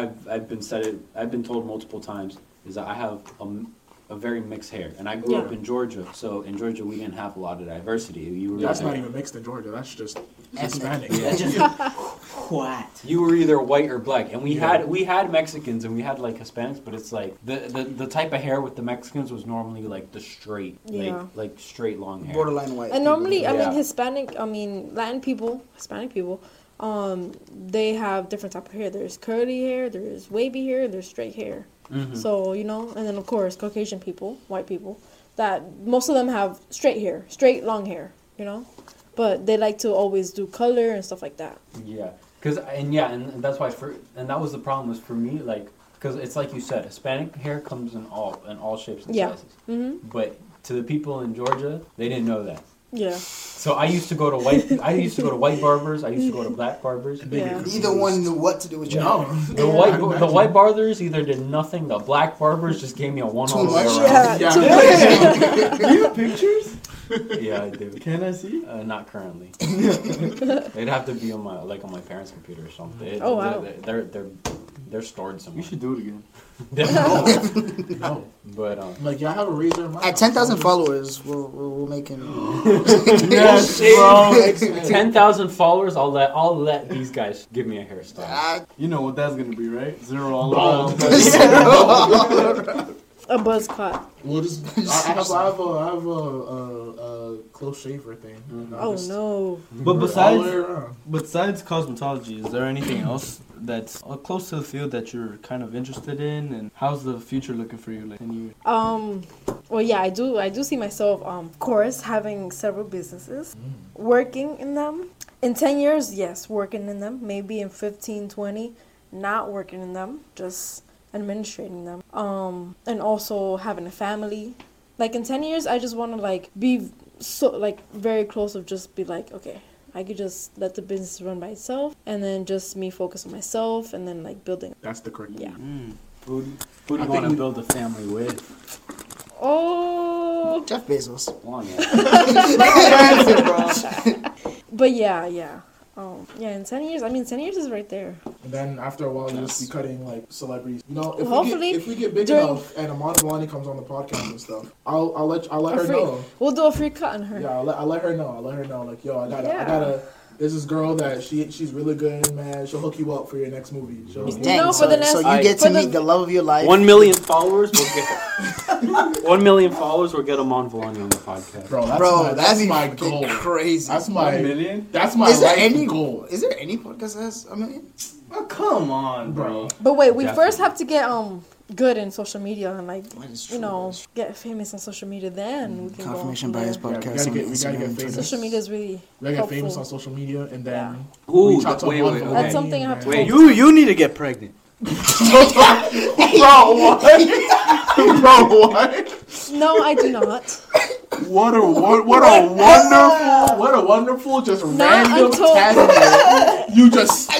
I've I've been said it, I've been told multiple times is that I have a, m- a very mixed hair, and I grew up
Yeah.
in Georgia. So in Georgia, we didn't have a lot of diversity. You were
That's
either-
not even mixed in Georgia. That's just
Ethnic.
Hispanic.
Yeah.
What?
you were either white or black and we
Yeah.
had we had mexicans and we had like hispanics but it's like the the, the type of hair with the mexicans was normally like the straight
Yeah.
like like straight long hair
borderline white.
and normally i mean
Yeah.
hispanic i mean latin people hispanic people um they have different type of hair there's curly hair there's wavy hair there's straight hair
Mhm.
so you know and then of course caucasian people white people that most of them have straight hair straight long hair you know but they like to always do color and stuff like that
yeah because and yeah and that's why for and that was the problem was for me like because it's like you said hispanic hair comes in all in all shapes and
Yeah.
sizes
hmm
but to the people in georgia they didn't know that
yeah
so i used to go to white i used to go to white barbers i used to go to black barbers
Yeah.
Neither one knew what to do with your
No.
hair.
The
Yeah.
white
I
the
imagine.
white barbers either did nothing. The black barbers just gave me a one all the way
much.
around.
Yeah,
Yeah.
too
Do you have pictures?
Yeah, I do.
Can I see?
Uh, not currently. It'd have to be on my like on my parents' computer or something. It-
Oh, wow.
They're they're, they're They're stored
We
somewhere.
should do it again.
No, no.
But um,
Like, y'all have a razor in my
At
house.
10,000 followers, we'll, we'll, we'll make him.
yes,
bro.
Ten thousand followers. I'll let I'll let these guys give me a hairstyle.
Ah,
You know what that's gonna be, right? Zero all
Bald.
around.
A buzz cut.
We'll just. I I have, I have a, I have a, a, a close shaver thing. I'll
Oh
just-
no.
But
All the way
besides,
around.
besides cosmetology, is there anything else that's uh, close to the field that you're kind of interested in? And how's the future looking for you? Like, can you?
Um, well, yeah, I do. I do see myself, um, of course, having several businesses, working in them. In 10 years, yes, working in them. Maybe in 15, 20, not working in them, just administrating them. Um, and also having a family. Like in 10 years, I just want to like be so like very close of just be like, okay, I could just let the business run by itself, and then just me focus on myself, and then like building.
That's the correct.
Yeah.
Who, do- who do
I
you
think
want to
we-
build a family with?
Oh.
Jeff Bezos.
Long ass.
But yeah, yeah. Um, yeah, in 10 years, I mean, 10 years is right there.
And then after a while, you'll just be cutting like celebrities. You know, if, we,
Hopefully,
get, if we get big
during-
enough and Amanda Milani comes on the podcast and stuff, I'll I'll let I'll let
A
her
free-
know.
We'll do a free cut on her.
Yeah, I'll let, I'll let her know. I'll let her know. Like, yo, I gotta, I
Yeah.
gotta. There's this girl that she she's really good, man. She'll hook you up for your next movie. She'll,
Dang,
No, for
so,
the next-
so you
Alright.
get
for
to
the-
meet the love of your life.
One million followers. We'll get one million followers. We'll get them on Volani on the podcast.
bro, that's
Bro,
my,
that's,
that's
even
my
fucking
goal.
crazy.
That's my
million?
that's my
is there
life
any
goal.
Is there any podcast that has a million?
Oh, come on,
bro.
bro.
But wait, we
Definitely.
first have to get um good in social media and like
That is true,
you know
that is
get famous on social media. Then we can go on
Confirmation
from
bias
there.
Yeah, we
podcast.
gotta get-
on
we gotta
Instagram
get
and Twitter.
famous.
Social media is really
We gotta get
helpful.
famous on social media and then
Ooh,
reach out to
wait,
one
wait,
for
okay.
one.
That's something I have to
Wait,
focus
You you need to get pregnant.
bro, what? bro, what?
No, I do not.
What a what, what a wonderful what a wonderful just
Not
random
until-
tangent. You just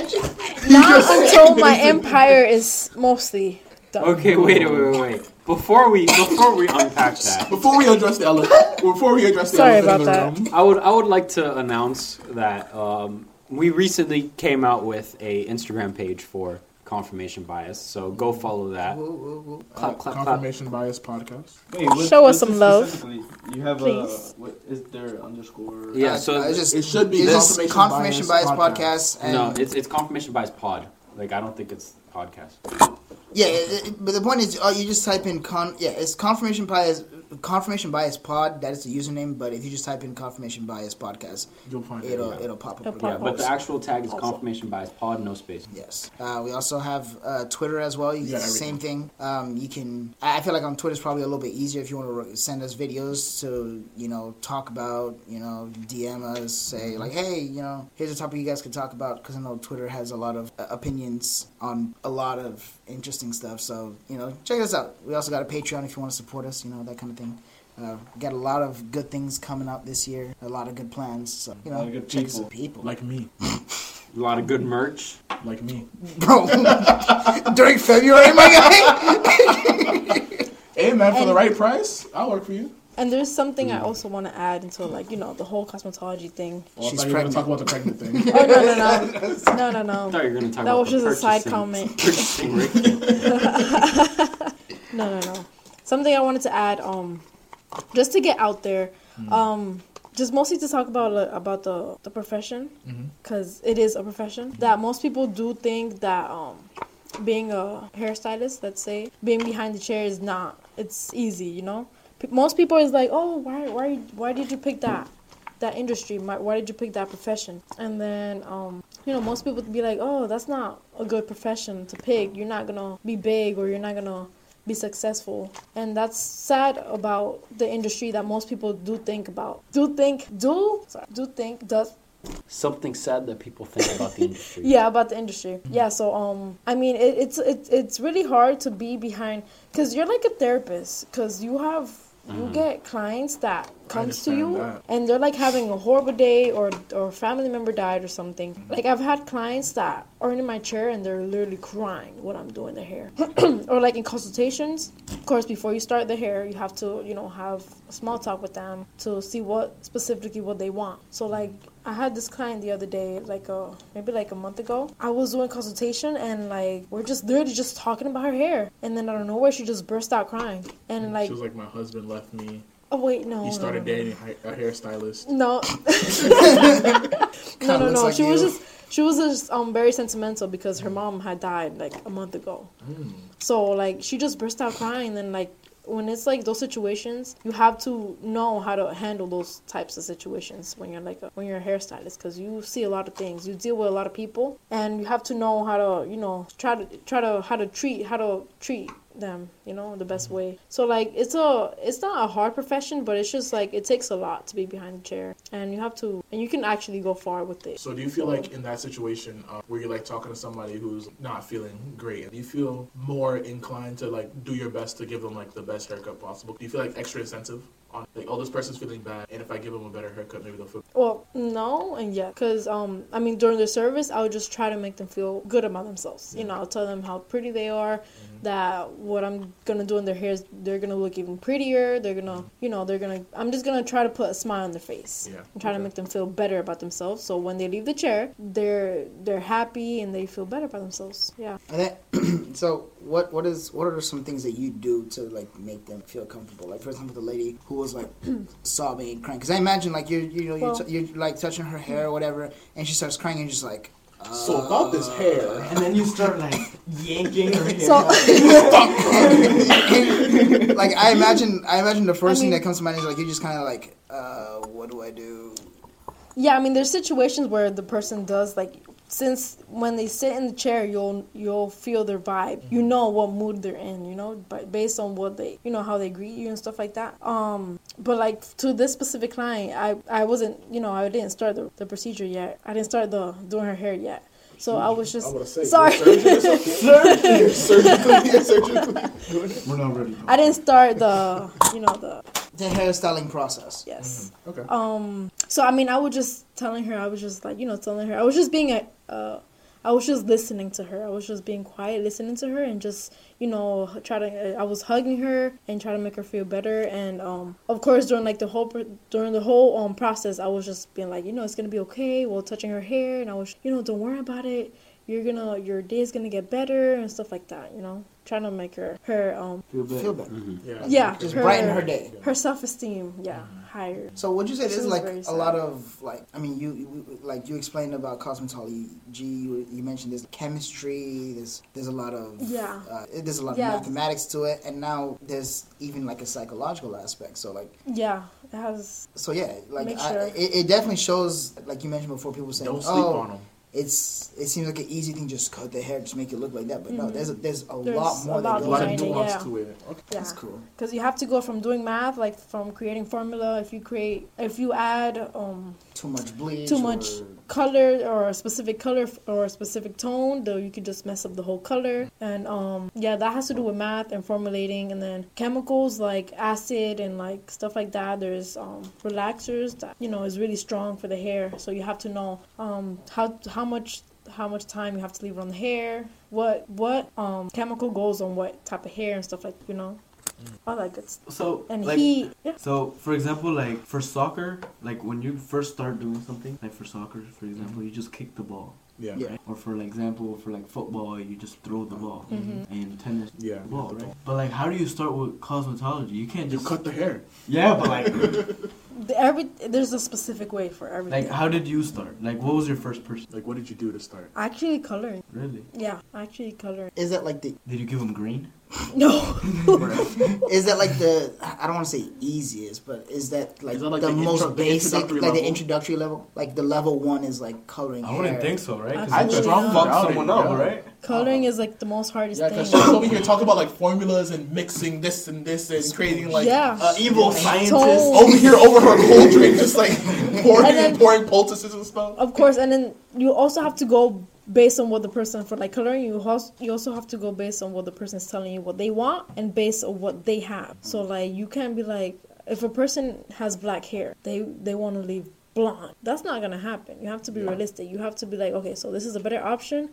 Not until my empire is mostly done.
Okay, wait, wait, wait, wait. Before we before we unpack that,
before we address the elephant before we address the
Sorry
elephant in the
about that.
room.
I would I would like to announce that um, we recently came out with a Instagram page for confirmation bias. So go follow that.
Whoa, whoa, whoa.
Clap, clap, clap.
Confirmation bias podcast.
Wait,
Show us some love.
specifically- You have
Please.
a what is there underscore?
Yeah,
Uh,
so
uh, it's just,
it should be
it's just
Confirmation
confirmation
Bias
bias, podcast. and
No, it's it's confirmation bias pod. Like I don't think it's podcast.
yeah, it, it- but the point is, oh, you just type in con. Yeah, it's confirmation bias. Confirmation bias pod. That is the username. But if you just type in confirmation bias podcast,
You'll find it.
it'll
Yeah.
it'll pop up.
It'll
again.
pop
Yeah, but the
Also.
actual tag is
Also.
confirmation bias pod, no space.
Yes. Uh, we also have uh, Twitter as well. You
Yeah,
the
everything.
same thing. Um, you can. I I feel like on Twitter is probably a little bit easier if you want to re- send us videos to you know talk about you know DM us
Mm-hmm.
say like hey you know here's a topic you guys can talk about because I know Twitter has a lot of uh, opinions on a lot of interesting stuff. So you know check us out. We also got a Patreon if you want to support us. You know that kind of thing. Uh, got a lot of good things coming up this year. A lot of good plans. So you
A lot
know
of good
check us
people.
out. People
Like me.
A lot of good merch.
Like me.
bro. During February, my guy.
Hey man, for the
And-
right price, I'll work for you. Oh,
And there's something
Mm.
I also want to add into like you know the whole cosmetology thing.
Well,
She's
I thought you were gonna talk about the pregnant thing.
Oh no no no no no
I
no
thought you were gonna talk
That
about
was
the
just a side
purchasing-
comment.
Purchasing Rick.
no no no. Something I wanted to add um just to get out there um just mostly to talk about uh, about the the profession because is a profession that most people do think that um being a hairstylist let's say being behind the chair is not it's easy you know P- most people is like oh why why why did you pick that that industry My, why did you pick that profession and then um you know most people would be like oh that's not a good profession to pick you're not gonna be big or you're not gonna be successful and that's sad about the industry that most people do think about do think do sorry, do think does
Something sad that people think about the industry.
yeah, about the industry.
Mm-hmm.
Yeah, so um, I mean, it, it's it's it's really hard to be behind because you're like a therapist because you have you get clients that comes to
Mm-hmm.
you
understand that.
and they're like having a horrible day or or a family member died or something. Like I've had clients that are in my chair and they're literally crying when I'm doing their hair. or like in consultations, of course before you start the hair, you have to, you know, have a small talk with them to see what specifically what they want. So like I had this client the other day, like uh maybe like a month ago. I was doing consultation and like we're just literally just talking about her hair, and then out of nowhere she just burst out crying and like
she was like, my husband left me.
oh wait no
He started
no, no, no.
dating a hi- a hairstylist.
No. no, no,
looks
no.
like
she was
you.
just she was just um very sentimental because her mom had died like a month ago. So like she just burst out crying and like when it's like those situations, you have to know how to handle those types of situations when you're like a, when you're a hairstylist because you see a lot of things, you deal with a lot of people, and you have to know how to you know try to try to how to treat how to treat them you know the best way so like it's a it's not a hard profession but it's just like it takes a lot to be behind the chair and you have to and you can actually go far with it
So do you feel like in that situation uh, where you're like talking to somebody who's not feeling great, do you feel more inclined to like do your best to give them like the best haircut possible? Do you feel like extra incentive on like oh this person's feeling bad and if I give them a better haircut maybe they'll feel
Well, no and yeah, because um, I mean, during the service, I would just try to make them feel good about themselves. You know, I'll tell them how pretty they are,
Mm-hmm.
that what I'm gonna do in their hairs, they're gonna look even prettier. They're gonna, you know, they're gonna. I'm just gonna try to put a smile on their face
Mm-hmm. Yeah.
and try to
Okay.
make them feel better about themselves. So when they leave the chair, they're they're happy and they feel better about themselves. Yeah.
And then, so what? What is? What are some things that you do to like make them feel comfortable? Like for example, the lady who was like sobbing and crying. Because I imagine like you, you know, you're,
Well-
t- you're like touching her hair or whatever, and she starts crying and just like. Uh,
So about this hair,
And then you start like yanking her hair.
So
like I imagine, I imagine the first
I mean-
thing that comes to mind is like you're just kind of like, uh, what do I do?
yeah, I mean, there's situations where the person does like. Since when they sit in the chair, you'll you'll feel their vibe. You
Mm-hmm.
know what mood they're in. You know, but based on what they, you know, how they greet you and stuff like that. Um, but like to this specific client, I I wasn't, you know, I didn't start the, the procedure yet. I didn't start the doing her hair yet. So I was just
I wanna say
sorry.
you're a surgeon or something. You're surgically, you're surgically doing it.
We're not ready.
I didn't start the, you know, the
The hairstyling process.
yes.
Okay.
Um, so I mean, I was just telling her, I was just like, you know, telling her, I was just being a, uh, I was just listening to her. I was just being quiet, listening to her, and just you know, try to. uh, I was hugging her and try to make her feel better. And um, of course, during like the whole pr- during the whole um process, I was just being like, you know, it's gonna be okay. Well, touching her hair, and I was, you know, don't worry about it. You're gonna, your day's gonna get better and stuff like that. You know, trying to make her her um
Feel bad.
Feel better.
Mm.
Yeah.
Yeah.
Just
Her-
brighten her day.
her self esteem, yeah, higher.
So would you say
She
there's
was
like
very
a
sad.
lot of like I mean you, you like you explained about cosmetology you, you mentioned there's chemistry there's there's a lot of
Yeah.
uh, there's a lot
Yeah.
of mathematics to it and now there's even like a psychological aspect so like
Yeah, it has
so yeah like
Make
I,
sure.
it, it definitely shows like you mentioned before people saying
Don't sleep
oh
on them.
it's it seems like an easy thing just cut the hair just make it look like that but no
Mhm.
there's a, there's a
There's
lot
a
more
lot
that
A
goes
lot
Right,
of
into it.
nuance
yeah.
to it. Okay.
yeah.
that's cool
because you have to go from doing math like from creating formula if you create if you add um
too much bleach
too much
or-
color or a specific color f- or a specific tone though you could just mess up the whole color and um yeah that has to do with math and formulating and then chemicals like acid and like stuff like that there's um relaxers that you know is really strong for the hair so you have to know um how how much how much time you have to leave on the hair what what um chemical goes on what type of hair and stuff like you know all that good stuff
So
and
like,
he yeah.
So, for example, like for soccer, like when you first start doing something, like for soccer, for example, you just kick the ball,
Yeah.
Yeah.
right? Or for example, for like football, you just throw the ball, Mm-hmm.
Mhm.
and tennis,
Yeah,
the ball,
the
right?
ball.
But like, how do you start with cosmetology? You can't
You
just
cut the hair.
Yeah, but like,
The- every there's a specific way for everything
like how did you start? Like, what was your first person?
Like what did you do to start?
actually coloring
Really?
yeah actually coloring
is that like the
Did you give him green?
no
Is that like the I don't want to say easiest, but is that like,
Is that like
the,
the
most
intro- the
basic,
introductory
like the
level?
introductory level? Like the level one is like coloring hair.
so, right?
'Cause
I
you
just
could Absolutely
fuck
not.
someone up,
Yeah.
right?
coloring is like the most hardest
Yeah, because
thing
she's over here talking about like formulas and mixing this and this and creating like
Yeah.
uh, evil scientists
Tone.
over here over her cauldron, just like pouring
And
and,
then-
pouring poultices and stuff.
of course and then you also have to go based on what the person for like coloring you also, you also have to go based on what the person's telling you what they want and based on what they have so like you can't be like If a person has black hair, they they want to leave blonde. That's not gonna happen. You have to be
Yeah.
realistic. You have to be like, okay, so this is a better option.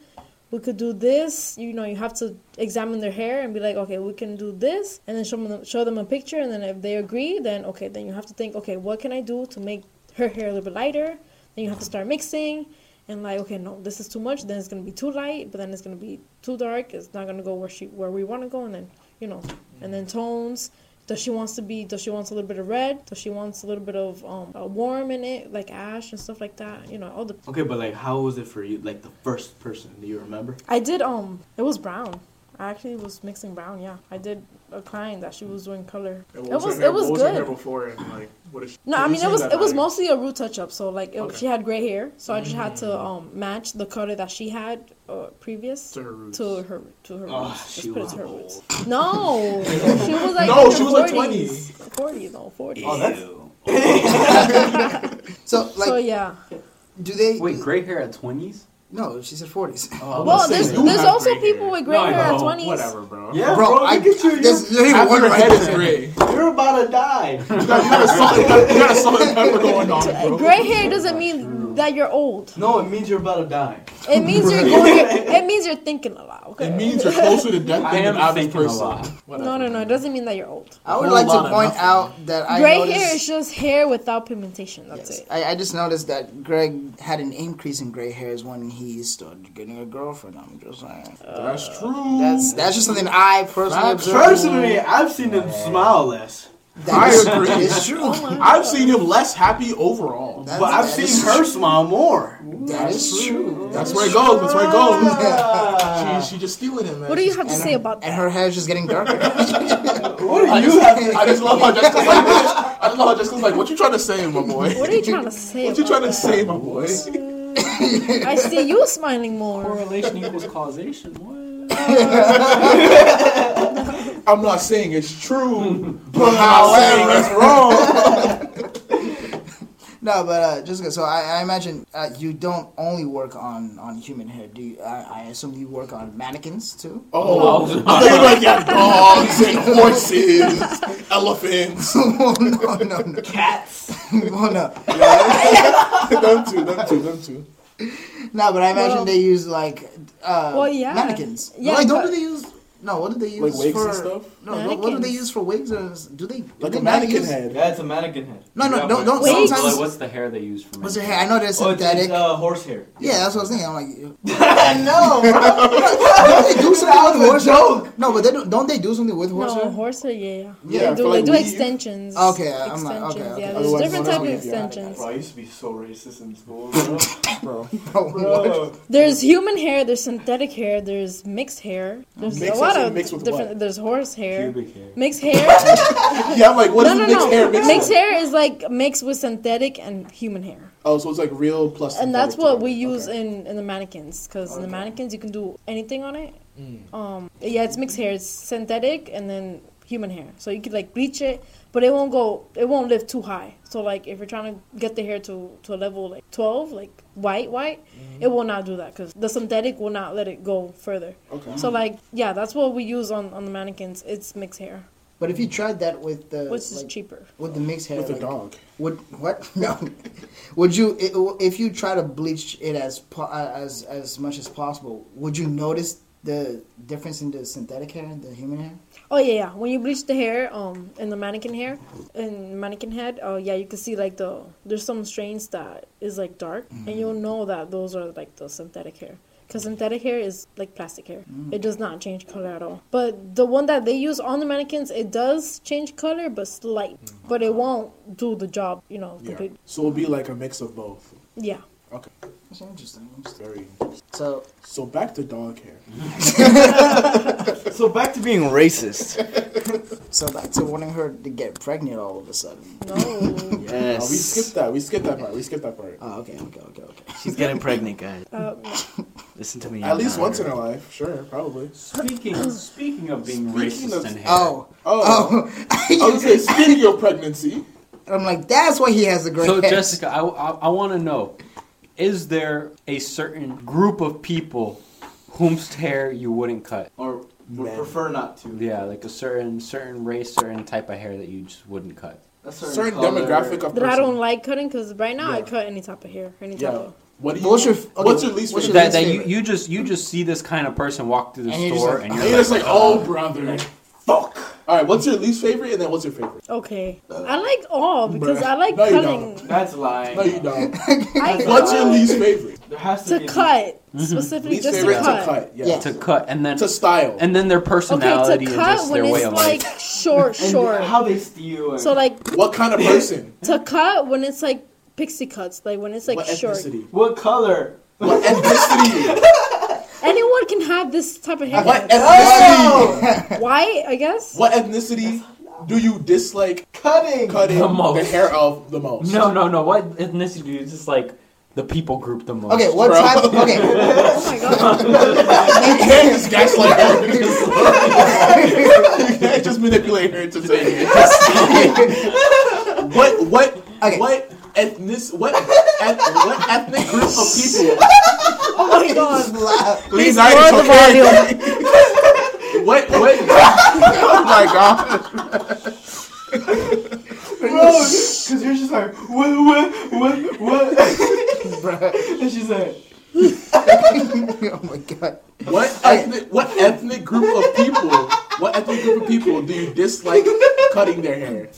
We could do this. You know, you have to examine their hair and be like, okay, we can do this, and then show them show them a picture, and then if they agree, then okay, then you have to think, okay, what can I do to make her hair a little bit lighter? Then you have to start mixing. And like, okay, no, this is too much. Then it's gonna be too light, but then it's gonna be too dark. It's not gonna go where she where we want to go, and then you know, and then tones. Does she wants to be? Does she wants a little bit of red? Does she wants a little bit of um uh, warm in it, like ash and stuff like that? You know, all the.
Okay, but like, how was it for you? Like the first person, do you remember?
I did um. It was brown. I actually was mixing brown. Yeah, I did a client that she was doing color.
And
It
what
was-
her-
it was
what was her
good.
hair before and like what is she,
No,
what
I
is
mean
she
it was
about
it was
now?
mostly a root touch up. So like it,
Okay.
she had gray hair, so I just had to um match the color that she had uh, previous
to her roots.
to her to her
Ah,
roots.
she
Just put it
was
to her
old.
roots. No, she was like
No,
in her
she was like
40s. Forty though, forty.
Oh, that's
So like,
so yeah.
do they?
Wait, gray hair at twenties?
No, she said forties.
Well, there's
you
there's
have
also
gray
people
hair.
with gray
No, I
hair
know,
at twenties.
Whatever, bro.
yeah,
Bro,
bro.
I-
look at you.
There's
You're,
not even
Half
one
your
right
head is
there.
gray.
you're about to die.
You got, you got a salt, you got, you got a salt and pepper going on, bro.
Gray hair doesn't mean that you're old.
no, it means you're about to die.
It means you're going. It means you're thinking a lot. Okay.
It means you're closer to death
I
than an
am
average
thinking a
person.
lot.
Whatever.
no, no, no. It doesn't mean that you're old.
I would
Whole
like
lot
to
of
point
nothing.
out that I
gray
noticed,
hair is just hair without pigmentation. That's
Yes.
it.
I, I just noticed that Greg had an increase in gray hairs when he started getting a girlfriend. I'm just saying.
That's true.
That's that's just something I personally observed.
Personally, I've seen him smile less,
That is-
I agree.
That is true.
Oh my
I've
God.
seen him less happy overall.
That's-
but I've
that is
seen her smile more.
That is true.
That's where it goes. That's where it goes.
Ah.
she, she just stealing him, man.
What do you have to
And
say
her,
about
and
that?
her hair is just getting darker.
what
I
do
just,
you have?
I just love how Jessica's like, I just love how Jessica's like, what you trying to say, my boy?
What are you trying to say?
What you
about
trying to
that?
say, my boy?
I see you smiling more.
Correlation equals causation. What?
I'm not saying it's true, but I'm not saying it's wrong.
no, but uh, Jessica. So I, I imagine uh, you don't only work on on human hair. Do you? I, I assume you work on mannequins too.
Oh, they like got dogs and horses, elephants.
no, no, no.
Cats.
Well, no.
them too, them too, them too.
No, but I imagine
Well-
they use like uh,
Well, yeah.
mannequins.
Yeah,
like, don't do
but-
they use? No, what do they use
Like wigs
for?
and stuff?
No, what, what do they
Mannequins.
use for wigs? Or is- do they do
Like
they
a
not
mannequin
use-
head.
Yeah, it's a mannequin head.
No, no,
Yeah,
don't don't.
Wigs?
Like,
Sometimes
what's the hair they use for?
what's
men?
your hair? I know they're
Oh, it's,
synthetic.
it's uh, horse hair.
yeah, that's what I was thinking. I'm like,
no, bro.
don't they do something with horse?
joke.
No, but they don't, don't they do something with horse?
No,
hair?
horse hair, yeah, yeah.
Yeah,
they
for,
do,
like,
they do
weave.
extensions.
Okay, I'm
extensions.
like, okay, okay.
Yeah, there's
Otherwise,
different
it's not
type of
weave, yeah.
extensions.
Bro, I used to be so racist in school, bro.
Bro,
bro.
There's human hair, there's synthetic hair, there's mixed hair. There's
Mixed
a lot
as in
of
mixed with
different.
what?
There's horse hair.
pubic hair?
Mixed hair?
Yeah, I'm like, what
no,
is
no,
mixed
no.
hair?
Mixed,
Mixed with?
hair is like mixed with synthetic and human hair,
Oh, so it's like real plus.
and that's what we
synthetic
use
together.
in in the mannequins. Because in the mannequins, you can do anything on it. Um, yeah, it's mixed hair. It's synthetic and then human hair. So you could like bleach it, but it won't go. It won't live too high. So like if you're trying to get the hair to to a level like twelve, like white, white, it will not do that because the synthetic will not let it go further.
Okay. okay.
So like yeah, that's what we use on on the mannequins. It's mixed hair,
but if you tried that with the
which is
like,
cheaper.
with the mixed hair,
With a
like,
dog.
Would what? No. would you i- if you try to bleach it as po- uh, as as much as possible? Would you notice the difference in the synthetic hair and the human hair?
Oh yeah, yeah. When you bleach the hair, um, in the mannequin hair, in mannequin head, oh yeah, you can see like the there's some strains that is like dark, and you'll
Mm.
know that those are like the synthetic hair. Cause synthetic hair is like plastic hair;
Mm.
it does not change color at all. But the one that they use on the mannequins, it does change color, but slight. But it won't do the job, you know.
Mm. Yeah.
complete-
So it'll be like a mix of both.
Yeah.
Okay.
That's interesting.
Very.
So
So back to dog hair.
So back to being racist.
so back to wanting her to get pregnant all of a sudden.
No.
Uh, we skipped that. We skipped that part. We skipped that part.
Oh, okay, okay, okay, okay.
She's getting pregnant, guys.
uh,
Listen to me.
At least once in her life. Sure, probably.
Speaking speaking of being
Speaking
racist
of-
and hair.
Oh,
Oh.
oh!
I was going to say, speaking of pregnancy,
I'm like, that's why he has the gray
So
hair.
Jessica, I, want to know: Is there a certain group of people whom's hair you wouldn't cut?
Or would
Man.
prefer not to.
Yeah, like a certain certain race, certain type of hair that you just wouldn't cut.
a
certain,
certain, color.
demographic of
That I don't
person.
like cutting because right now I
Yeah.
cut any type of hair, any
Yeah.
type of.
What do you?
What's your f- okay,
what's your least
what's your
favorite?
least
that that you,
favorite?
you just you just see this kind of person walk through the
And you're just
store
like,
and
And
you're
you're
like,
just like, oh brother, fuck. All right, what's your least favorite, and then what's your favorite?
Okay, I like all because I like
Uh, No, you
cutting
That's lying.
No, you don't.
I
What's your
cut
least favorite?
There has to,
to
be
cut
Mm-hmm.
specifically
Least
just to
favorite
cut.
to cut. Yeah.
Yeah.
to cut and then
To style.
and then their
Okay,
personality
to
and just
cut
their
when
way
it's
of
like
life.
short,
And
short.
How they steal. And
So like
what kind of person?
to cut when it's like pixie cuts, like when it's like
what
short.
ethnicity?
what color?
What ethnicity?
Anyone can have this type of hair.
what ethnicity?
Oh!
White, I guess.
What ethnicity do you dislike
Cutting.
cutting
The
the,
most.
hair of the most?
No, no, no. What ethnicity do you just like the people group the most?
Okay, what
Bro.
type? Okay,
Oh my god.
You can't just gaslight her. you can't just manipulate her into saying it. Just- what what
Okay.
what ethnic what eth- what ethnic group of people?
Oh my god.
Please,
I ain't Lower the talking.
what what? oh my god!
Because you're just like, what, what, what, what?
Bruh.
and she's like,
oh my god.
What ethnic what ethnic group of people? What ethnic group of people do you dislike cutting their hair?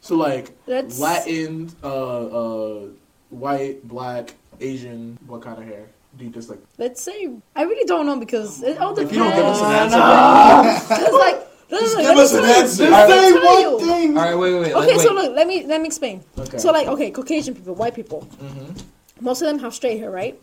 So like
That's
Latin, uh, uh, white, black, Asian. What kind of hair do you dislike?
let's say I really don't know because it all
If you don't give us an
depends.
answer,
Because like no, Uh, no, no,
give
let me
us an
tell you.
answer.
just
Let me
say
tell
one
you.
thing.
All right, wait, wait, wait.
Okay,
wait.
so look, let me let me explain.
Okay.
So like, okay, Caucasian people, white people,
Mm-hmm.
most of them have straight hair, right?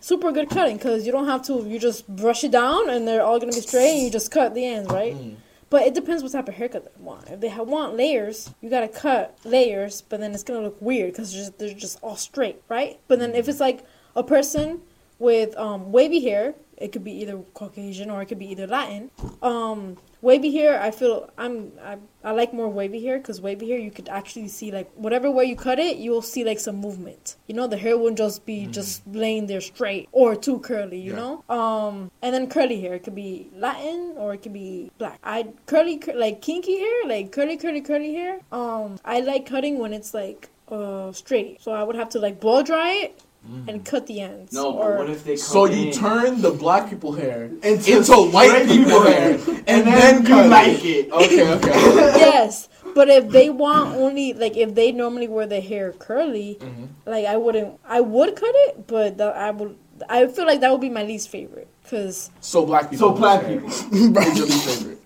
Super good cutting because you don't have to. You just brush it down, and they're all gonna be straight, and you just cut the ends, right?
Mm-hmm.
But it depends what type of haircut they want. If they ha- want layers, you gotta cut layers, but then it's gonna look weird because just, they're just all straight, right? But then if it's like a person with um, wavy hair, it could be either Caucasian or it could be either Latin. Um, wavy hair, I feel I'm I, I like more wavy hair because wavy hair you could actually see like whatever way you cut it, you will see like some movement. You know, the hair wouldn't just be just laying there straight or too curly. You
Yeah.
know, um, and then curly hair it could be Latin or it could be black. I curly cur- like kinky hair, like curly curly curly hair. Um, I like cutting when it's like uh straight, so I would have to like blow dry it. And cut the ends.
No,
or-
but what if they come
So you
in?
turn the black people hair
Into
into, white
straight
people
people
hair,
hair,
and, then,
you
cut
like it.
Okay, okay.
yes, but if they want only like if they normally wear their hair curly, like I wouldn't. I would cut it, but the, I would. I feel like that would be my least favorite because
So black people.
So black
hair
people.
is your least favorite.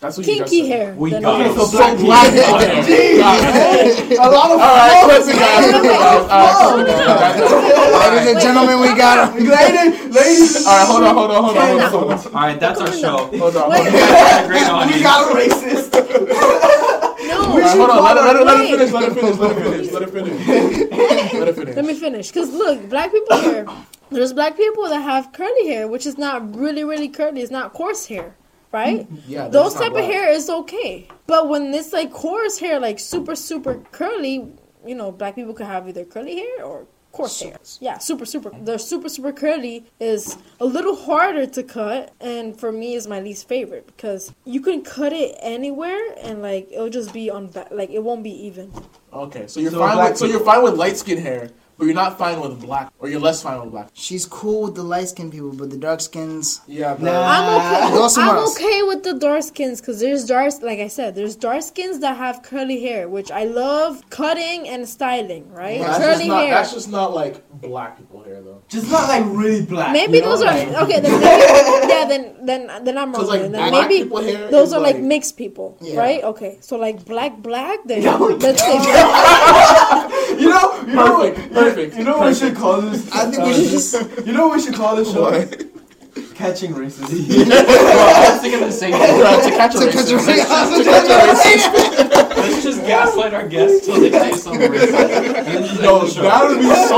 That's what you just
kinky
said.
hair.
We
then
got
I-
it.
Okay, so
So
black people.
black people.
A lot
All
of
right, listen, guys. Listen, guys. All right,
Ladies and gentlemen, we got him.
ladies, ladies.
All right, hold on, hold on, hold on, hold on,
All right, that's our show.
hold on.
Wait,
Hold on.
Great audience.
We got a racist.
no,
All right, hold on. Let her, let her, let her
Wait.
finish. Let her finish. Let her finish. Let her finish. Let her
Let
finish.
me finish. Because look, black people here, there's black people that have curly hair, which is not really, really curly. It's not coarse hair, right?
Yeah, that's
Those
not
type of
black.
hair is okay. But when it's like coarse hair, like super, super curly, you know, black people could have either curly hair or coarse hair. Yeah, super, super. The super, super curly is a little harder to cut, and for me is my least favorite because you can cut it anywhere, and like it'll just be on ba- like it won't be even.
Okay, so you're
So
fine.
black
With, so you're fine with light skin hair, but you're not fine with black, or you're less fine with black.
She's cool with the light skinned people, but the dark skins.
Yeah, bro.
Nah.
I'm okay.
Go somewhere
I'm
else.
okay with the dark skins because there's dark, like I said, there's dark skins that have curly hair, which I love cutting and styling. Right,
That's
curly
just not.
hair.
That's just not like black people hair though.
Just not like really black.
Maybe
you know,
those are
like-
okay. Then maybe, yeah, then then then I'm wrong.
Because like
then.
black
Then maybe
people hair.
those
is
are like,
like
mixed people,
Yeah.
right? Okay, so like black black. Then
No,
let's say
You know, you know what-
Perfect, perfect,
You know what we should call this?
I think we should just.
You know what we should call this show? Catching racism.
I was thinking the same thing.
Bro, to catch a
to catch a
racist.
Let's just gaslight our guests till they say something racist. And then
Yo,
just end the show.
that would be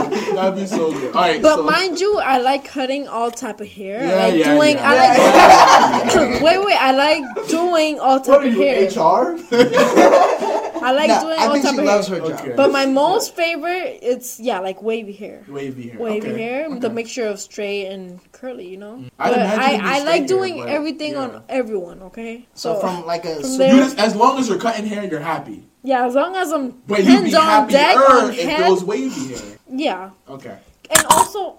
so good. That'd be so good. All right,
But
so
mind you, I like cutting all type of hair.
Yeah,
I like
yeah,
doing.
yeah.
I like. wait, wait. I like doing all type
What are
of
you,
hair.
HR?
I I like
No,
doing
I
all
think
type
she
of
loves
hair.
her job.
Okay.
But my most favorite, it's yeah, like wavy hair.
Wavy hair.
Wavy
okay.
hair, the
Okay.
mixture of straight and curly, you know.
I'd
But
imagine it'd be
I, I like
straight hair,
doing
but,
everything
yeah.
on everyone. Okay,
So, from like a
From
so
there-
You just, as long as you're cutting hair, you're happy.
yeah, as long as I'm
But you'd be
hands on deck
happier
on
if it
hand,
was wavy hair.
yeah,
Okay.
and also.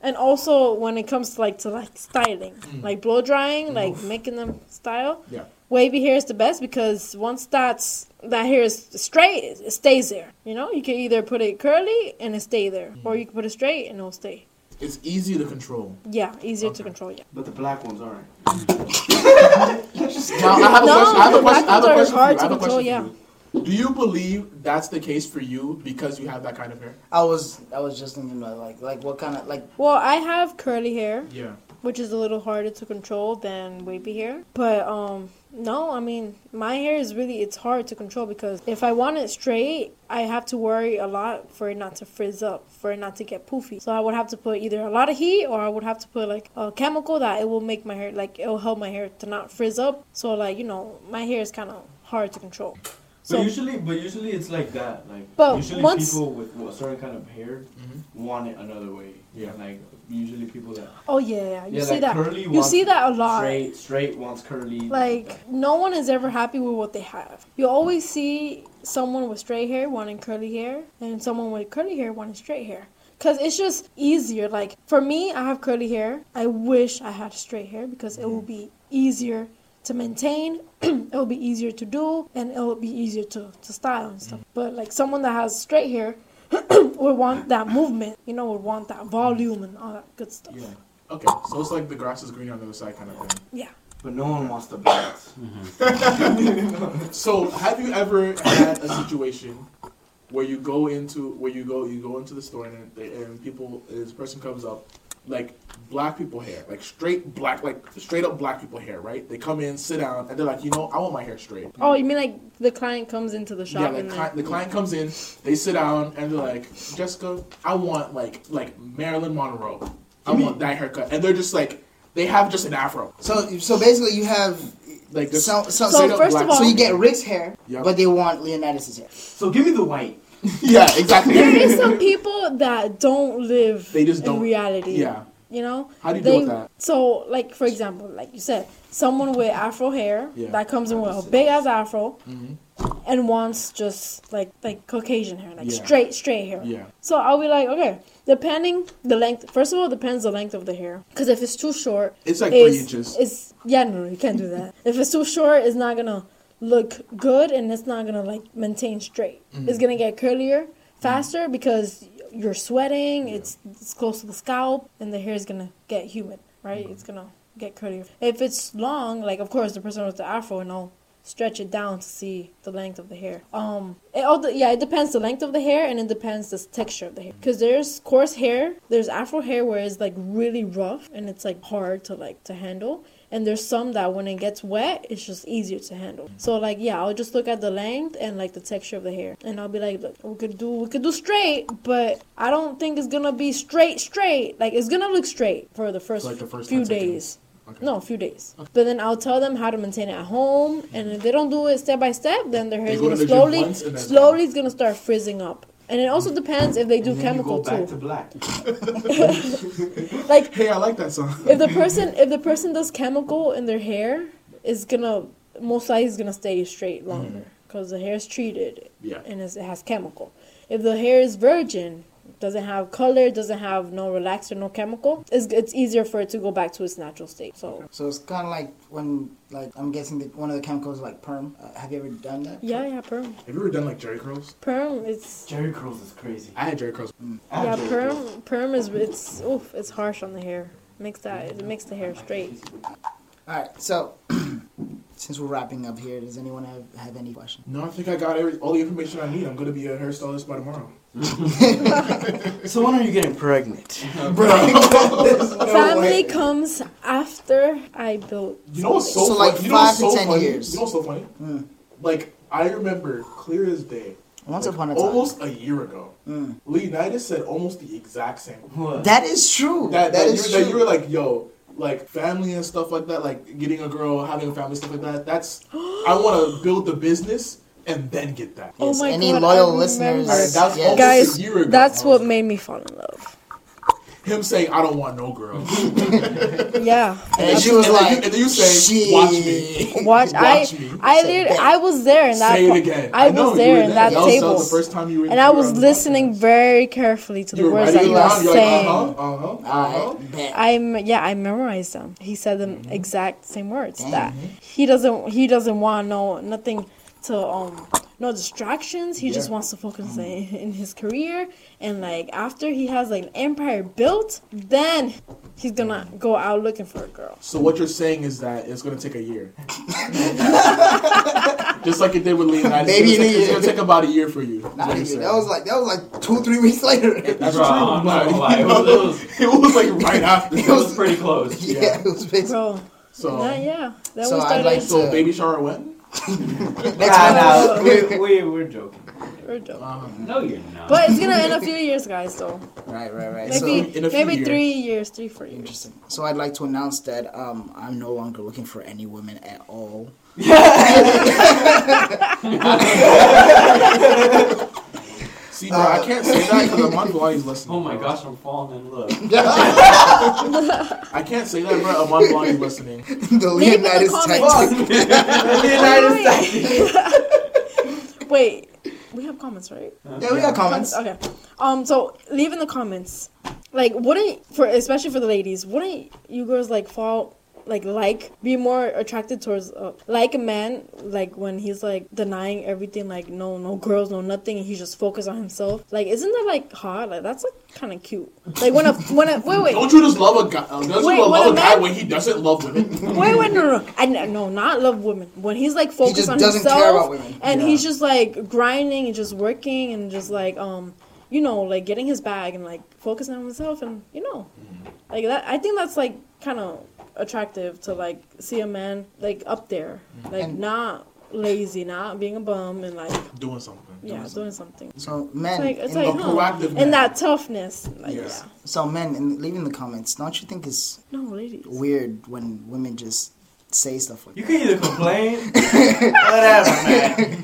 And also, when it comes to like to like styling, like blow drying, like making them style,
Mm. Yeah.
wavy hair is the best because once that's that hair is straight, it stays there. You know, you can either put it curly and it stay there,
Mm.
or you can put it straight and it'll stay.
It's easy to control.
Yeah, easier to control. Yeah.
But the black ones aren't.
Now, I have a
No,
question. I have a
the
question. I have a
black
question for
ones are
you.
hard
I have a
to control,
question for you. Do you believe that's the case for you because you have that kind of hair?
I was I was just thinking about like like what kind of like
Well, I have curly hair,
Yeah.
which is a little harder to control than wavy hair. But um, no, I mean my hair is really it's hard to control because if I want it straight, I have to worry a lot for it not to frizz up, for it not to get poofy. So I would have to put either a lot of heat or I would have to put like a chemical that it will make my hair like it will help my hair to not frizz up. So like you know my hair is kind of hard to control. So
but usually, but usually it's like that. Like
But
usually
once-
people with a certain kind of hair want it another way.
Yeah.
Like usually people that
oh yeah, yeah you
yeah,
see
like
that
curly
you
wants
see that a lot.
straight, straight wants curly. that.
Like no one is ever happy with what they have. You always see someone with straight hair wanting curly hair, and someone with curly hair wanting straight hair. Cause it's just easier. Like for me, I have curly hair. I wish I had straight hair because it will be easier to maintain. it will be easier to do, and it will be easier to to style and stuff. But like someone that has straight hair would want that movement. You know, would want that volume and all that good stuff.
Yeah. Okay. So it's like the grass is greener on the other side kind of thing.
yeah.
But no one wants the blacks.
So, have you ever had a situation where you go into where you go you go into the store and, and people this person comes up like black people hair like straight black like straight up black people hair right they come in sit down and they're like you know I want my hair straight
Oh, you mean like the client comes into the shop?
yeah like
and
cli- the client comes in they sit down and they're like Jessica I want like like Marilyn Monroe I want that haircut and they're just like they have just an afro
so so basically you have
like just
so so,
So
so,
straight up
first
black
of all-
people.
you get Rick's hair,
Yeah.
but they want Leonidas's hair.
So give me the white.
yeah exactly
there is some people that don't live
They just
in
don't-
reality.
yeah
You know?
How do you
they,
deal with that?
So like for example, like you said, someone with afro hair
Yeah. Mm-hmm.
that comes in with a big ass afro and wants just like like Caucasian hair, like
Yeah.
straight, straight hair.
yeah
So I'll be like, okay, depending the length. First of all, depends the length of the hair. Because if it's too short,
it's like three
it's,
inches
it's yeah, no, you can't do that. if it's too short, it's not gonna look good, and it's not gonna like maintain straight.
Mm-hmm.
It's gonna get curlier faster because you're sweating. It's it's close to the scalp, and the hair is gonna get humid, right?
Mm-hmm.
It's gonna get curlier. If it's long, like of course the person with the afro and all. Stretch it down to see the length of the hair. Um, it all the, yeah, it depends the length of the hair and it depends the texture of the hair. Cause there's coarse hair, there's afro hair where it's like really rough and it's like hard to like to handle, and there's some that when it gets wet, it's just easier to handle. So like yeah, I'll just look at the length and like the texture of the hair, and I'll be like, look, we could do we could do straight, but I don't think it's gonna be straight straight. Like it's gonna look straight for the first,
Like the first
few
10 seconds.
days.
Okay.
No, a few days. But then I'll tell them how to maintain it at home, and if they don't do it step by step, then their hair
They
is
go
gonna
to the gym
slowly,
once and then-
slowly it's gonna start frizzing up. And it also depends if they do
and then
chemical
you go back
too.
to black.
like
Hey, I like that song.
if the person if the person does chemical in their hair, it's gonna most likely it's gonna stay straight
Mm-hmm.
longer because the hair is treated
Yeah.
and it's, it has chemical. If the hair is virgin, doesn't have color, doesn't have no relaxer, no chemical, it's it's easier for it to go back to its natural state. So.
So it's kind of like when like I'm guessing that one of the chemicals like perm. Uh, have you ever done that?
Yeah, yeah, perm.
Have you ever done like Jerry curls?
Perm, it's
Jerry curls is crazy.
I had Jerry curls.
I have
yeah,
Jerry curls.
perm. Perm is it's oof, it's harsh on the hair. Makes that it makes the hair straight.
All right. So since we're wrapping up here, does anyone have, have any questions?
No, I think I got every, all the information I need. I'm gonna be a hairstylist by tomorrow.
So when are you getting pregnant?
Family comes after I built.
You know what's so,
So,
funny?
like,
you know what's
five to
so
10
funny?
years.
You know what's so funny?
Mm.
Like I remember clear as day.
Once
like, oh,
upon a time.
almost a year ago,
Mm.
Leonidas said almost the exact same. thing.
What?
That is true.
oh. That that,
that is
you,
true.
that you were like, yo, like family and stuff like that, like getting a girl, having a family, stuff like that. That's I want to build the business. and then get that.
Oh
Yes,
my
any
God,
loyal
I
listeners?
remember. Alright,
that's
yes.
all-
Guys,
a year ago.
that's what made me fall in love.
Him saying, "I don't want no girl,"
Yeah.
And she
you- and
was
then
like,
you- and then you say, "Watch me."
Watch, I,
Watch me.
I, lit- I was there in that.
Say
po-
it again.
I
know,
was
you
there
were
in that
That was
table,
the first time you were
and I
you were
was
on the
listening
podcast.
very carefully to
You
the
were
words
writing
that
it
he was
down. You're
saying.
like, uh huh, uh huh, uh huh.
I bet.
I yeah I memorized them. He said them
Mm-hmm.
exact same words that he doesn't he doesn't want no nothing to um no distractions. He just
Yeah. Mm-hmm.
wants to focus in, in his career and like after he has like an empire built, then he's gonna go out looking for a girl.
So what you're saying is that it's gonna take a year, just like it did with Leonidas.
Maybe
it's, gonna take,
in a
it's
year.
gonna take about a year for you.
Not even- That was like that was like two three weeks later.
That's
Bro,
true.
I'm not gonna lie.
Like,
It was, it was,
it was like right after.
it was pretty close.
yeah,
Yeah.
it was basically
Bro,
So
that yeah, that
So
we
I'd
started.
like
so baby shower when?
next
Ah,
Ah,
one.
no, we, we, we're joking.
we're joking.
Um,
No, you're not.
But it's gonna end a few years, guys. So
Right, right, right.
maybe
in a few
maybe
years.
three years, three four years.
Interesting. So I'd like to announce that um, I'm no longer looking for any women at all.
see, bro, I can't say that because Amon Blaney's listening.
Oh my gosh, I'm falling in love.
I can't say that, bro. Amon Blaney's listening.
the
Leave in the
Leonidas
comments.
tactic.
Wait. Wait, we have comments, right?
Yeah, we got comments.
Okay. Um. So leave in the comments, like, wouldn't for especially for the ladies, wouldn't you girls like fall like like be more attracted towards uh, like a man like when he's like denying everything like no no girls no nothing and he's just focused on himself like isn't that like hot like that's like kind of cute like when a when a wait wait
Don't you just love a guy? Uh, doesn't
Wait,
you
what
love
a
a guy
man-
when he doesn't love women?
Wait, wait, no, no, I, no, not love women. When he's like focused
just
on
doesn't
himself,
care about women.
and
Yeah.
he's just like grinding and just working and just like um, you know, like getting his bag and like focusing on himself and you know,
Mm-hmm.
like that. I think that's like kind of attractive to like see a man like up there, like
Mm-hmm. And-
not lazy, not being a bum and like
Doing something.
yeah, doing something.
So men,
It's like it's
in
like
a
the-
huh.
proactive man.
and that toughness. Like,
Yes.
yeah.
so men, in, leaving the comments. Don't you think it's
No, ladies.
weird when women just say stuff like
You can either complain, whatever, man.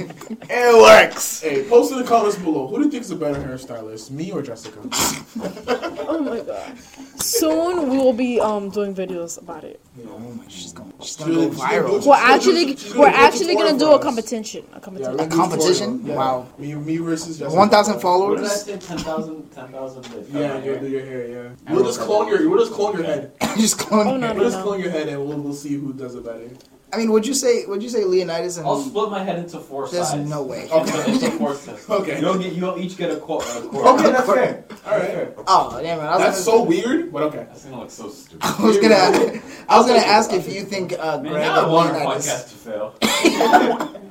It works.
Hey, post in the comments below. Who do you think is a better hairstylist, me or Jessica?
Oh my god. Soon we will be um doing videos about it.
that? Oh my, she's going, she's
She's
gonna go
gonna- she's gonna
viral.
go She's
We're
gonna do-
actually
she's gonna do a
we're actually
tutorial
gonna do
for
a
us.
competition. A competition.
we're gonna do
competition?
tutorial.
Wow.
Me, me versus Jessica.
One thousand
What did I
followers.
say? 10,000? 10,000?
Yeah, yeah, do your hair, yeah.
I
We'll
will
just
cover
clone
it.
your, we'll just clone your head.
just clone.
Oh, no.
We'll just clone your head and we'll, we'll see who does it better.
I mean, would you say would you say Leonidas and?
I'll split my head into four
There's
sides. Oh.
no way.
Okay. into four sides.
Okay.
You'll get. You'll each get a quarter. A quarter.
Okay, that's fair. Alright.
Oh damn it! I was
That's
gonna,
so weird, but okay.
That's gonna look so stupid.
I was gonna I was gonna ask if you think uh,
Man,
Oh, Greg
now I
and
want our
Leonidas.
podcast to fail.
I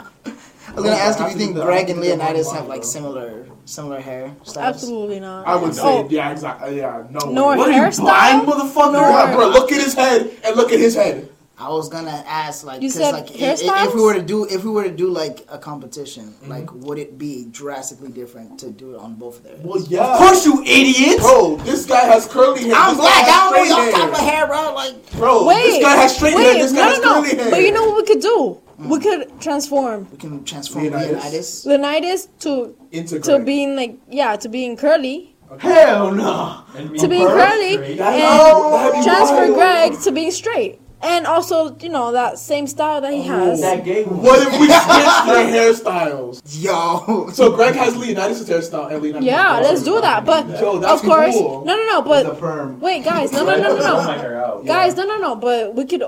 was gonna ask if you think
Absolutely.
Greg and
Absolutely.
Leonidas have like similar similar hair styles.
Absolutely not.
I would say,
Oh,
yeah, exactly. Yeah, no.
nor
way.
What are you,
hairstyle.
blind
motherfucker?
Nor-
Yeah, bro, look at his head and look at his head.
I was gonna ask like
You
'cause,
said
like if, if
hairstyles? Mm-hmm.
we were to do if we were to do like a competition, like would it be drastically different to do it on both of their?
Well, yeah.
you idiots!
Bro, this guy has curly hair.
I'm
this
black.
Guy
I don't know
has
y'all
straight
talking about hair, bro. Like
Bro,
Wait,
this guy has straight
wait,
hair. This guy
no,
has
no,
curly
no.
hair. Mm.
But you know what we could do? We could transform
we can transform
Leonidas.
Leonidas.
Leonidas to
Integrate.
to being like yeah to being curly
Hell no. And
to being curly
That-
and
no, that'd be
transfer
wild.
Greg to being straight and also you know that same style that he has.
Oh.
That gay one.
What if we switched their hairstyles?
Yo,
So Greg has Leonidas' hairstyle and Leonidas.
Yeah, let's do that. But
Yo,
of
that's
course,
cool.
no, no, no.
The
But
perm.
wait, guys, no, no, no, no,
Pull
no.
my hair out.
Guys, no, no, no. But we could.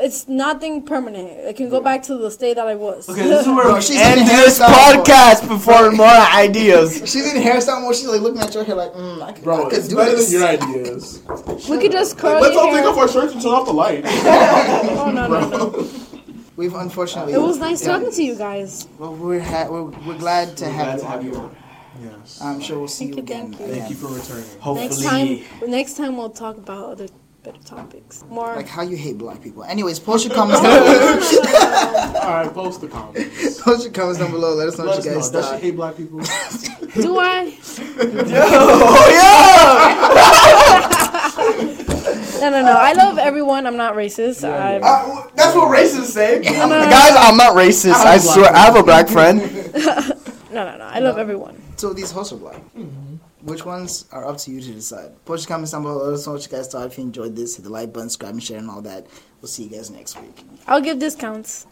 It's nothing permanent. It can go back to the state that I was.
Okay, this is where
bro,
we
she's in
End this
hairstyle mode.
podcast before more ideas.
She's in hairstyle mode. She's like looking at your hair, like, mm, I could,
Bro,
I could
it's
do
better
this.
than your ideas.
we could just curly
Let's all
hair.
take off our shirts and turn off the light.
oh no, no, no.
We've unfortunately.
It was nice
done
talking to you guys.
Well, we're, ha- we're, we're glad to have
Glad
you.
to have you on.
yes.
I'm sure we'll see you
Thank you,
again.
thank you.
Thank
again.
you for returning.
Next
Hopefully.
time, next time we'll talk about other better topics. More.
Like how you hate black people. Anyways, post your comments.
No,
down
no,
below.
no, no, no, no.
All right, post the comments.
post your comments down below. Let us know
Let
what
us
you
know.
guys
Does she
thought.
hate black people?
Do I?
Oh yeah!
No, no, no. I I love everyone. I'm not racist.
Yeah,
I,
Uh, that's what racists say.
I'm not-
Guys, I'm not racist.
I have a
I
black
swear, I have a black friend.
no, no, no. I love everyone.
So these hosts are black. Mm-hmm. Which ones are up to you to decide? Post your comments down below. Let us know what you guys thought. If you enjoyed this, hit the like button, subscribe, and share, and all that. We'll see you guys next week.
I'll give discounts.